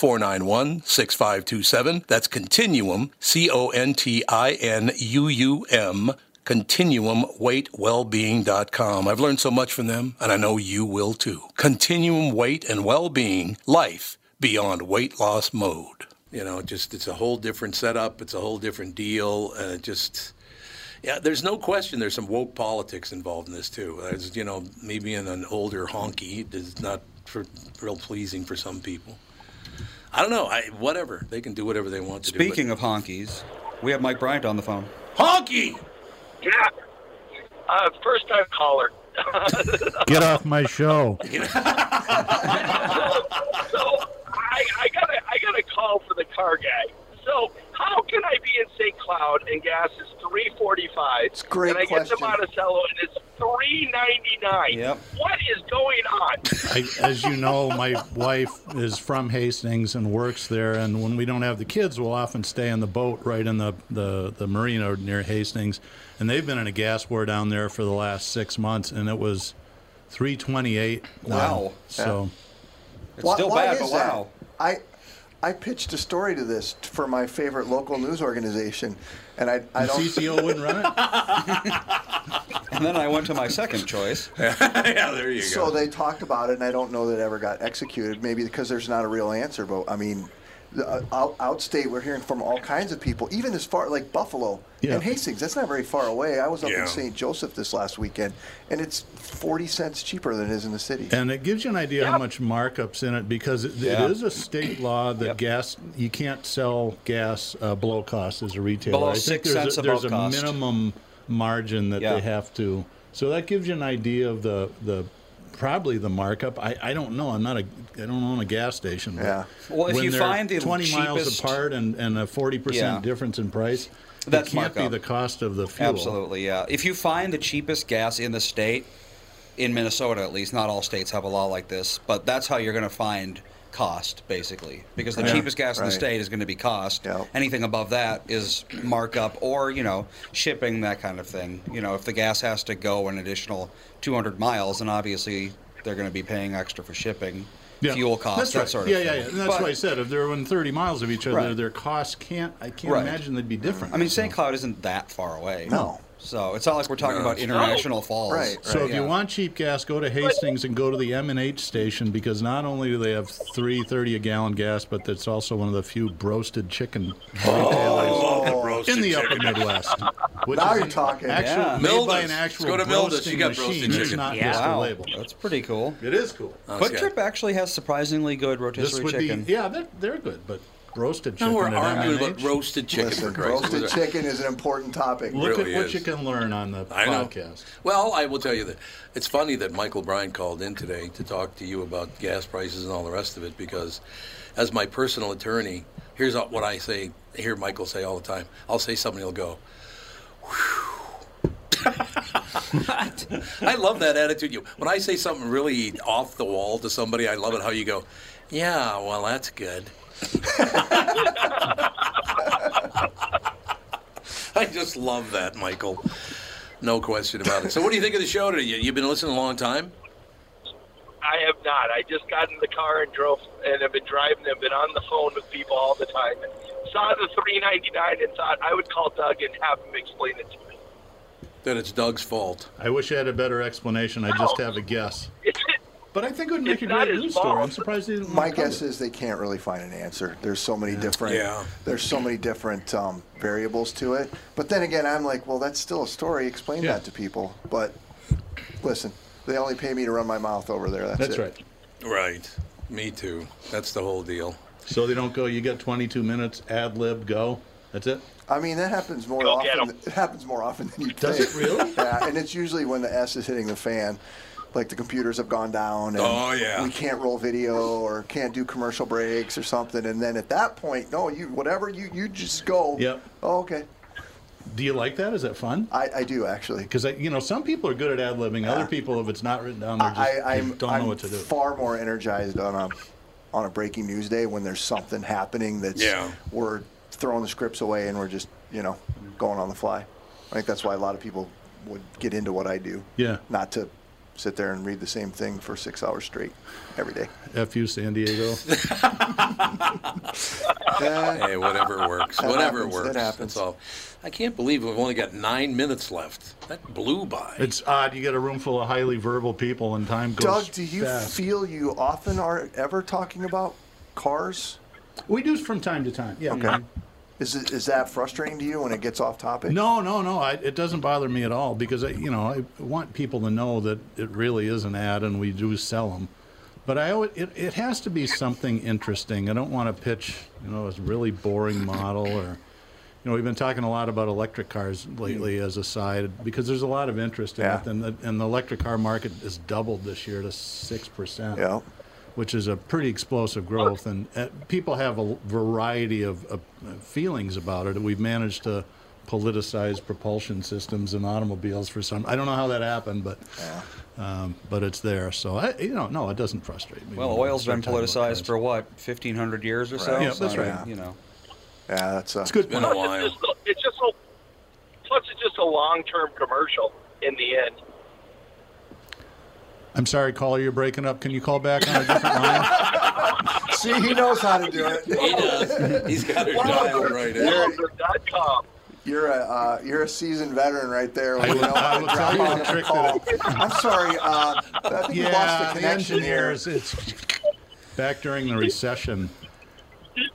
491 6527. That's Continuum, C O N T I N U U M. ContinuumWeightWellbeing.com. I've learned so much from them, and I know you will too. Continuum Weight and Wellbeing, life beyond weight loss mode. You know, just it's a whole different setup. It's a whole different deal, and it just yeah. There's no question. There's some woke politics involved in this too. As you know, me being an older honky is not for, real pleasing for some people. I don't know. I whatever they can do whatever they want to do. but- Speaking of honkies, we have Mike Bryant on the phone. Honky! Yeah. Uh, first time caller. *laughs* Get off my show. so I, I got a, I got a call for the car guy. So how can I be in St. Cloud and gas is three forty five? It's great And I get to question. Monticello and it's three ninety nine. Yep. What is going on? I, as you know, my wife is from Hastings and works there. And when we don't have the kids, we'll often stay on the boat right in the, the, the marina near Hastings. And they've been in a gas war down there for the last six months, and it was 328. now. Wow. So Why- why is that? I, I pitched a story to this t- for my favorite local news organization, and I, I The don't. CCO wouldn't run it. And then I went to my second choice. *laughs* yeah, there so they talked about it, and I don't know that it ever got executed. Maybe because there's not a real answer. But I mean, the, uh, out, outstate, we're hearing from all kinds of people, even as far like Buffalo Yeah. and Hastings. That's not very far away. I was up Yeah. in St. Joseph this last weekend, and it's forty cents cheaper than it is in the city. And it gives you an idea how much markups in it because it, Yeah. it is a state law that gas you can't sell gas uh, below cost as a retailer. Below I think six there's cents a, above there's a cost. minimum margin that Yeah. they have to. So that gives you an idea of the the probably the markup. I, I don't know. I'm not a I don't own a gas station. But Yeah. Well, if when you they're find the 20 miles cheapest- apart and, and a 40 Yeah. percent difference in price, that That's can't be markup. the cost of the fuel. Absolutely, yeah. If you find the cheapest gas in the state, in Minnesota at least, not all states have a law like this, but that's how you're going to find cost, basically. Because the Yeah, cheapest gas in right. the state is going to be cost. Anything above that is markup or, you know, shipping, that kind of thing. You know, if the gas has to go an additional 200 miles, then obviously they're going to be paying extra for shipping. Fuel costs, That's that right. sort of yeah, thing. Yeah, yeah, And That's But- why I said if they're within 30 miles of each other, Right. their costs can't. I can't Right. imagine they'd be different. I mean, St. Cloud isn't that far away. No. So it's not like we're talking No, about it's- international falls. So if you want cheap gas, go to Hastings and go to the M and H station because not only do they have three thirty a gallon gas, but that's also one of the few broasted chicken Oh, retailers in the upper Midwest. Which Oh. now is you're an talking. Actual, Yeah. made by Milda's. an actual Let's go to Milda's. broasting You got machine. broasted It's chicken. not Yeah. just a Wow. label. That's *laughs* pretty cool. It is cool. Quick Trip actually has surprisingly good This rotisserie would chicken. be yeah, they're, they're good, but roasted No, chicken. we're at arguing M&H? about roasted chicken, Listen, for Christ's sake. roasted chicken is an important topic. Look Really at what is. you can learn on the I know. podcast. Well, I will tell you that it's funny that Michael Bryan called in today to talk to you about gas prices and all the rest of it because, as my personal attorney, here's what I say. I hear Michael say all the time. I'll say something, he'll go. "Whew." *laughs* I love that attitude. You when I say something really off the wall to somebody, I love it how you go, "Yeah, well, that's good." *laughs* I just love that, Michael. No question about it. So, what do you think of the show today? You, you've been listening a long time. I have not. I just got in the car and drove, and have been driving. I've been on the phone with people all the time. And saw the three ninety nine and thought I would call Doug and have him explain it to me. That it's Doug's fault. I wish I had a better explanation. I just have a guess. But I think it would make It's a not great his news story. fault. I'm surprised they didn't. My guess is they can't really find an answer. There's so many different. Yeah. There's so many different um, variables to it. But then again, I'm like, well, that's still a story. Explain that to people. But listen, they only pay me to run my mouth over there. That's, it. Right. Me too. That's the whole deal. So they don't go. You got 22 minutes. Ad lib. Go. That's it. I mean, that happens more Go get often. It happens more often than you Does *laughs* think. it really? Yeah, and it's usually when the S is hitting the fan. like the computers have gone down and Oh, yeah. we can't roll video or can't do commercial breaks or something. And then at that point, no, you whatever you you just go. Yep. Oh, okay. Do you like that? Is that fun? I, I do actually. Because you know some people are good at ad libbing. Other people, if it's not written down, they just I, they I'm don't I'm know what to do. far more energized on a on a breaking news day when there's something happening that's Yeah. we're throwing the scripts away and we're just you know going on the fly. I think that's why a lot of people would get into what I do. Yeah. Not to sit there and read the same thing for six hours straight every day. F you, San *laughs* Diego. hey, whatever works. That Whatever happens, works. that happens. That's all. I can't believe we've only got nine minutes left. That blew by. It's odd. You get a room full of highly verbal people, and time goes. Doug, do you fast. feel you often are ever talking about cars? We do from time to time. Yeah. Okay. Is it, is that frustrating to you when it gets off topic? No, no, no. I, it doesn't bother me at all because I, you know I want people to know that it really is an ad and we do sell them. But I always, it, it has to be something interesting. I don't want to pitch you know a really boring model or you know we've been talking a lot about electric cars lately as a side because there's a lot of interest in Yeah. it and the, and the electric car market has doubled this year to six percent. Yeah. Which is a pretty explosive growth, and uh, people have a variety of, of feelings about it. We've managed to politicize propulsion systems in automobiles for some. I don't know how that happened, but um, but it's there. So I, you know, no, it doesn't frustrate me. Well, oil's been politicized for what, 1,500 years or so? Right. Yeah, So, that's I mean, right. You know. Yeah, that's uh, It's good. Been a while. It's just, it's just so. Plus, it's just a long-term commercial in the end. I'm sorry, caller, you're breaking up. Can you call back on a different line? See, he knows how to do it. *laughs* He does. He's got it dialed right in. You're, you're a uh, you're a seasoned veteran right there. When you know how to will tell drop you on the a trick call. I'm sorry. Uh, I think we lost Yeah, the the connection *laughs* here. engineers. It's back during the recession.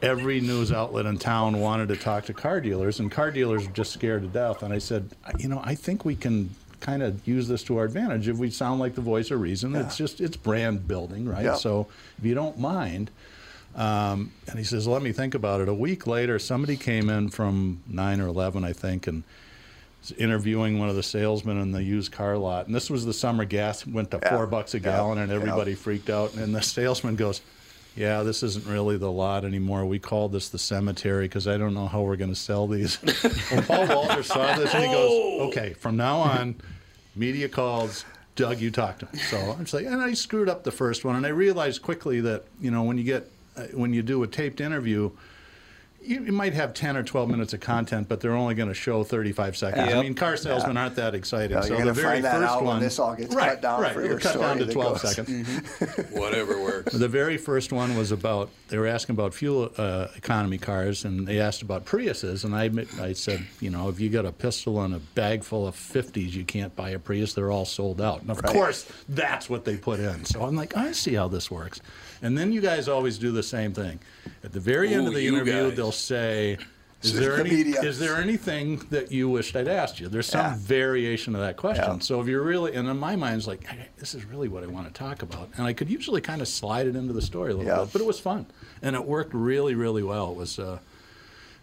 Every news outlet in town wanted to talk to car dealers, and car dealers were just scared to death. And I said, "I- you know, I think we can kind of use this to our advantage if we sound like the voice of reason. It's just it's brand building, right? Yeah. So if you don't mind. Um, and he says, "Let me think about it." A week later, somebody came in from nine or eleven, I think, and was interviewing one of the salesmen in the used car lot. And this was the summer gas went to four bucks a gallon, and everybody freaked out. And the salesman goes, "Yeah, this isn't really the lot anymore. We call this the cemetery because I don't know how we're going to sell these." *laughs* well, Paul Walter saw this, and he goes, "Okay, from now on, media calls." Doug, you talked to him. So I'm just like, and I screwed up the first one, and I realized quickly that you know when you get uh, when you do a taped interview, you, you might have 10 or 12 minutes of content, but they're only going to show 35 seconds. I Yep. mean, car salesmen Yeah. aren't that exciting. No, so you're the gonna very find that first out when one, this all gets right, cut down right, for it'll your cut down story to that 12 goes- Mm-hmm. *laughs* seconds. Whatever works. The very first one was about they were asking about fuel uh, economy cars, and they asked about Priuses, and I admit, I said, you know, if you got a pistol and a bag full of 50s, you can't buy a Prius; they're all sold out. And of Right. course, that's what they put in. So I'm like, I see how this works. And then you guys always do the same thing. At the very end Ooh, of the you interview, guys. they'll say. Is So there, the any, media. is there anything that you wished I'd asked you? There's some Yeah. variation of that question. So if you're really, and in my mind, it's like, "Hey, this is really what I want to talk about. And I could usually kind of slide it into the story a little Yeah. bit, but it was fun. And it worked really, really well. It was, uh,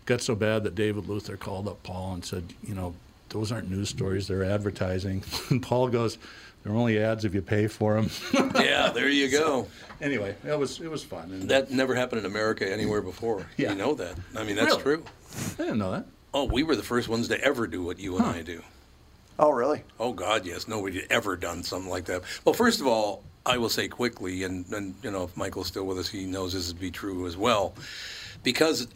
got so bad that David Luther called up Paul and said, you know, those aren't news stories, they're advertising. *laughs* and Paul goes, they're only ads if you pay for them. yeah, there you *laughs* go. anyway, *laughs* it was it was fun. that never happened in America anywhere before. You know that. I mean, that's Really? true. I didn't know that. Oh, we were the first ones to ever do what you and I do. Oh, really? Oh God, yes. Nobody had ever done something like that. Well, first of all, I will say quickly, and, and you know, if Michael's still with us, he knows this to be true as well, because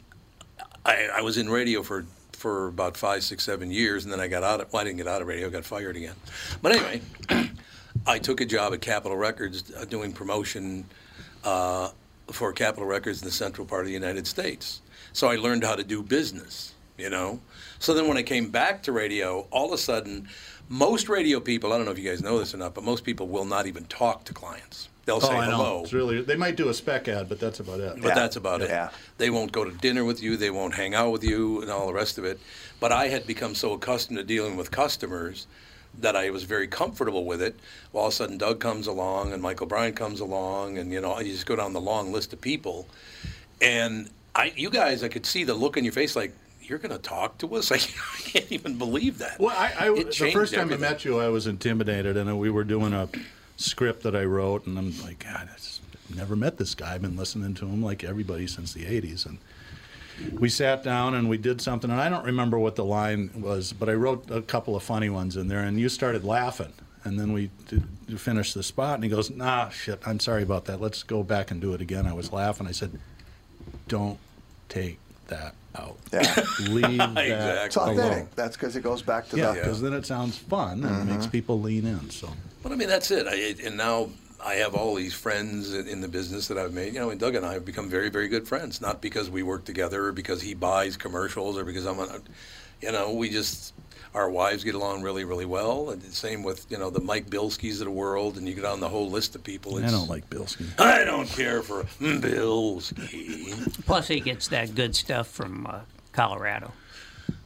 I, I was in radio for for about five, six, seven years, and then I got out. Of, well, I didn't get out of radio; I got fired again. But anyway, *clears throat* I took a job at Capitol Records uh, doing promotion uh, for Capitol Records in the central part of the United States. So I learned how to do business, you know. So then when I came back to radio, all of a sudden, most radio people, I don't know if you guys know this or not, but most people will not even talk to clients. They'll say oh, I know. hello. It's really, they might do a spec ad, but that's about it. But that's about it. They won't go to dinner with you. They won't hang out with you, and all the rest of it. But I had become so accustomed to dealing with customers that I was very comfortable with it. Well, all of a sudden, Doug comes along, and Michael Bryan comes along, and you know, you just go down the long list of people. And I, you guys, I could see the look in your face, like you're going to talk to us. *laughs* I can't even believe that. Well, I, I It the changed first time everything. I met you, I was intimidated, and we were doing a script that I wrote, and I'm like, God, that's, I've never met this guy. I've been listening to him like everybody since the '80s, and we sat down and we did something, and I don't remember what the line was, but I wrote a couple of funny ones in there, and you started laughing. And then we d- d- finished the spot, and he goes, Nah, shit, I'm sorry about that. Let's go back and do it again. I was laughing. I said, Don't take that out. *laughs* Leave that It's authentic. alone. That's because it goes back to Yeah, Mm-hmm. the. because then it sounds fun and it makes Mhm. people lean in. So But I mean, that's it. I, it- and now I have all these friends in, in the business that I've made. You know, and Doug and I have become very, very good friends. Not because we work together, or because he buys commercials, or because I'm on. You know, we just our wives get along really, really well. And the same with you know the Mike Bilskis of the world, and you get on the whole list of people. I don't like Bilski. I don't care for mm, Bilski. Plus, he gets that good stuff from uh, Colorado.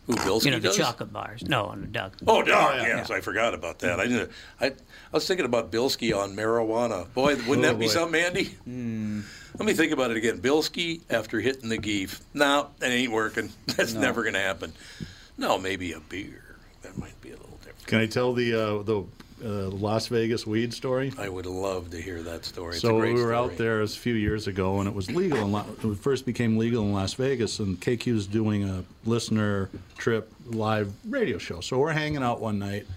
Who Bilski You know, the does? chocolate bars. No, no, Doug. Oh, Doc, yes, I forgot about that. I didn't. I, I was thinking about Bilski on marijuana. Boy, wouldn't Oh, that be boy. something, Andy? Let me think about it again. Bilski after hitting the geef. No, that ain't working. *laughs* That's No. never going to happen. No, maybe a beer. That might be a little different. Can I tell the uh, the uh, Las Vegas weed story? I would love to hear that story. It's so a great we were story. out there a few years ago, and it was legal. In La- it first became legal in Las Vegas, and KQ's doing a listener trip live radio show. So we're hanging out one night.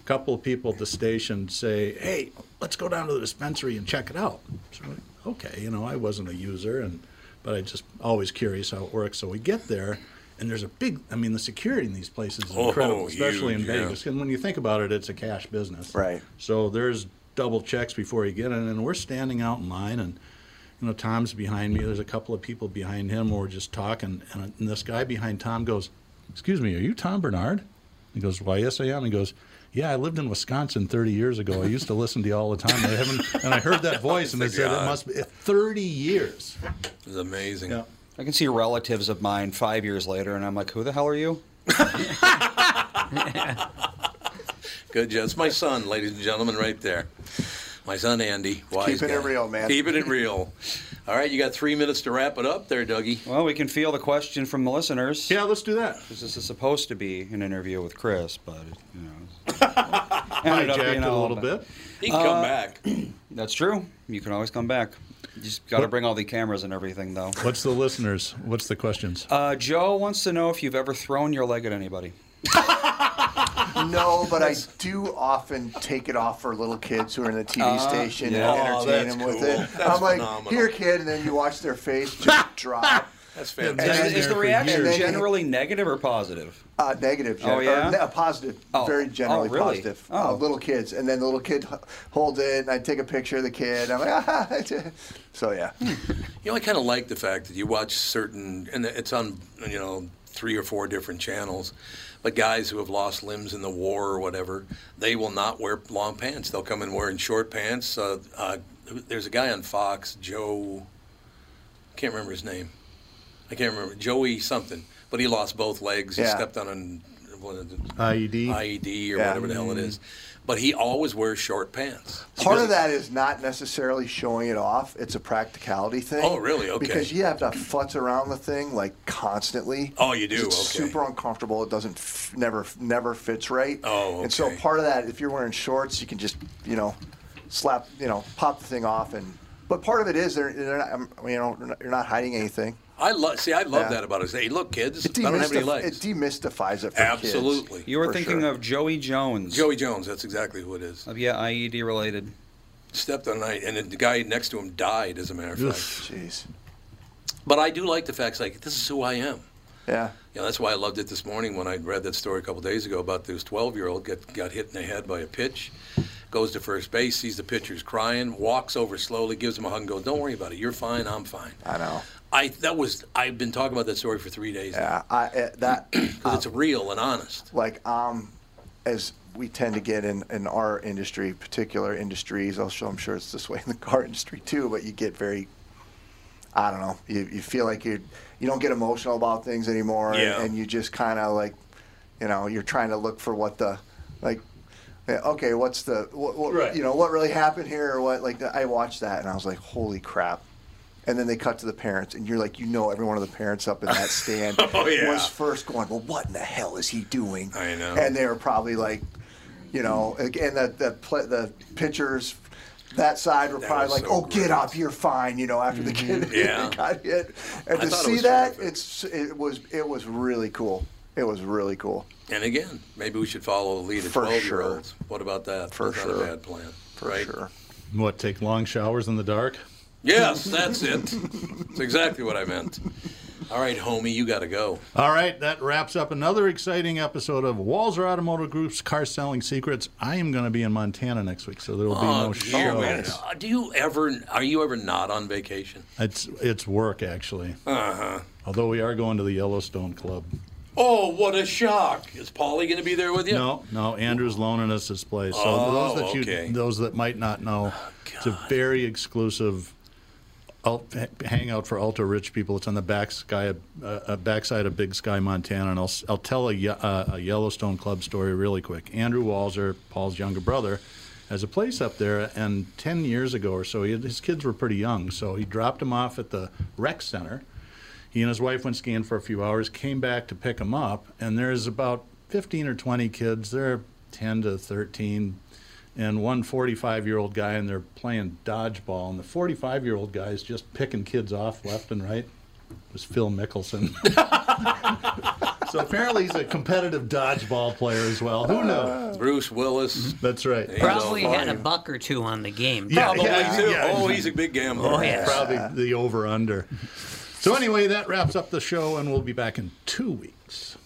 A couple of people at the station say, "Hey, let's go down to the dispensary and check it out." So we're like, okay, you know, I wasn't a user, and but I just always curious how it works. So we get there, and there's a big. I mean, the security in these places is Oh, incredible, especially in huge, yeah. Vegas. And when you think about it, it's a cash business. Right. So there's double checks before you get in, and we're standing out in line, and you know Tom's behind me. There's a couple of people behind him. We're just talking, and, and this guy behind Tom goes, "Excuse me, are you Tom Bernard?" He goes, "Why, yes, I am." He goes. Yeah, I lived in Wisconsin 30 years ago. I used to listen to you all the time. I *laughs* haven't, and I heard that voice, and they said it God. must be 30 years. It's amazing. *laughs* I can see relatives of mine five years later, and I'm like, "Who the hell are you?" Good, Joe. It's my son, ladies and gentlemen, right there. My son Andy, wise keeping it guy. real, man. Keeping it real. All right, you got three minutes to wrap it up there, Dougie. Well, we can feel the question from the listeners. Yeah, let's do that. This is supposed to be an interview with Chris, but you *laughs* know, Hijacked it a little bit. He can come back. Uh, *clears throat* That's true. You can always come back. You just got to bring all the cameras and everything, though. What's the listeners? What's the questions? Uh, Joe wants to know if you've ever thrown your leg at anybody. no, but I do often take it off for little kids who are in the TV Uh, Ah, station yeah. and Oh, entertain that's them with cool. it. That's I'm like, phenomenal. here, kid, and then you watch *laughs* their face just drop. That's Is, is the reaction And then- generally negative or positive? Uh, negative. Oh, gen- yeah? Or, no, positive. Oh. Very generally Oh, really? positive. Uh, little kids. And then the little kid h- holds it, and I take a picture of the kid. I'm like, ah, *laughs* so yeah. Hmm. You know, I kind of like the fact that you watch certain, and it's on, you know, three or four different channels. But guys who have lost limbs in the war or whatever, they will not wear long pants. They'll come in wearing short pants. Uh, uh, there's a guy on Fox, Joe, can't remember his name. I can't remember Joey something, but he lost both legs. He Yeah. stepped on an what is it? IED? IED or Yeah. whatever the hell it is. But he always wears short pants. Part of that is not necessarily showing it off. It's a practicality thing. Oh, really? Okay. Because you have to futz around the thing like constantly. Oh, you do? It's Okay. super uncomfortable. It doesn't f- never never fits right. Oh, And so okay. part of that, if you're wearing shorts, you can just you know slap you know pop the thing off and. But part of it is they're, they're not, um, you know they're not- you're not hiding anything. I love. See, I love Yeah. that about us. Hey, look, kids, I It, don't have any demystif- legs. it demystifies it for kids. Absolutely. You were thinking of Joey Jones. Joey Jones. That's exactly who it is. yeah, IED related. Stepped on night, and then the guy next to him died. As a matter of Oof. fact. Jeez. But I do like the facts. Like this is who I am. Yeah. You know, that's why I loved it this morning when I read that story a couple days ago about this 12-year-old got got hit in the head by a pitch, goes to first base, sees the pitcher's crying, walks over slowly, gives him a hug, and goes, "Don't worry about it. You're fine. I'm fine." I know. I that was I've been talking about that story for three days. Yeah, I, uh, that because it's real and honest. like um as we tend to get in in our industry particular industries also i'm sure it's this way in the car *laughs* industry too but you get very i don't know you, you feel like you you don't get emotional about things anymore and- Yeah. and, you just kind of like you know you're trying to look for what the like yeah, okay what's the what, what Right. you know what really happened here or what like i watched that and i was like holy crap and then they cut to the parents, and you're like, you know, every one of the parents up *laughs* in that stand Oh, yeah. was first going, well, what in the hell is he doing? I know. And they were probably like, you know, and the the pla the pitchers that side were probably was like, so Mm-hmm. "Oh, get up, you're fine," you know, after the kid *laughs* Yeah. got hit. I And to thought it see was that, it's it was it was really cool. It was really cool. And again, maybe we should follow the lead of For 12 sure. year olds. What about that? For That's sure. Not a bad plan. right? sure. What, take long showers in the dark? Yes, that's it. That's exactly what I meant. All right, homie, you got to go. All right, that wraps up another exciting episode of Walzer Automotive Group's Car Selling Secrets. I am going to be in Montana next week, so there will be Oh, no dear, man. show. Uh, Do you ever? Are you ever not on vacation? It's it's work actually. Uh Uh-huh. huh. Although we are going to the Yellowstone Club. Oh, what a shock! Is Paulie going to be there with you? No, no, Andrew's loaning us this place. So Oh, those that you okay. Oh, those that might not know, it's a very exclusive ult- hangout for ultra rich people. It's on the back sky, uh, uh, backside of Big Sky, Montana, and I'll s- I'll tell a, Ye- uh, a Yellowstone Club story really quick. Andrew Walzer, Paul's younger brother. Has a place up there, and 10 years ago or so, he, his kids were pretty young. So he dropped them off at the rec center, he and his wife went skiing for a few hours, came back to pick him up, and there's about 15 or 20 kids. They're 10 to 13, and one 45 year old guy, and they're playing dodgeball. And the 45 year old guy is just picking kids off left and right. It was Phil Mickelson. *laughs* so apparently he's a competitive dodgeball player as well. Who knew? Bruce Willis. That's right. Probably had a buck or two on the game. Yeah, Probably. yeah, too. yeah. Oh, he's a big gambler. Oh, yes. Probably the over under. So, anyway, that wraps up the show, and we'll be back in two weeks.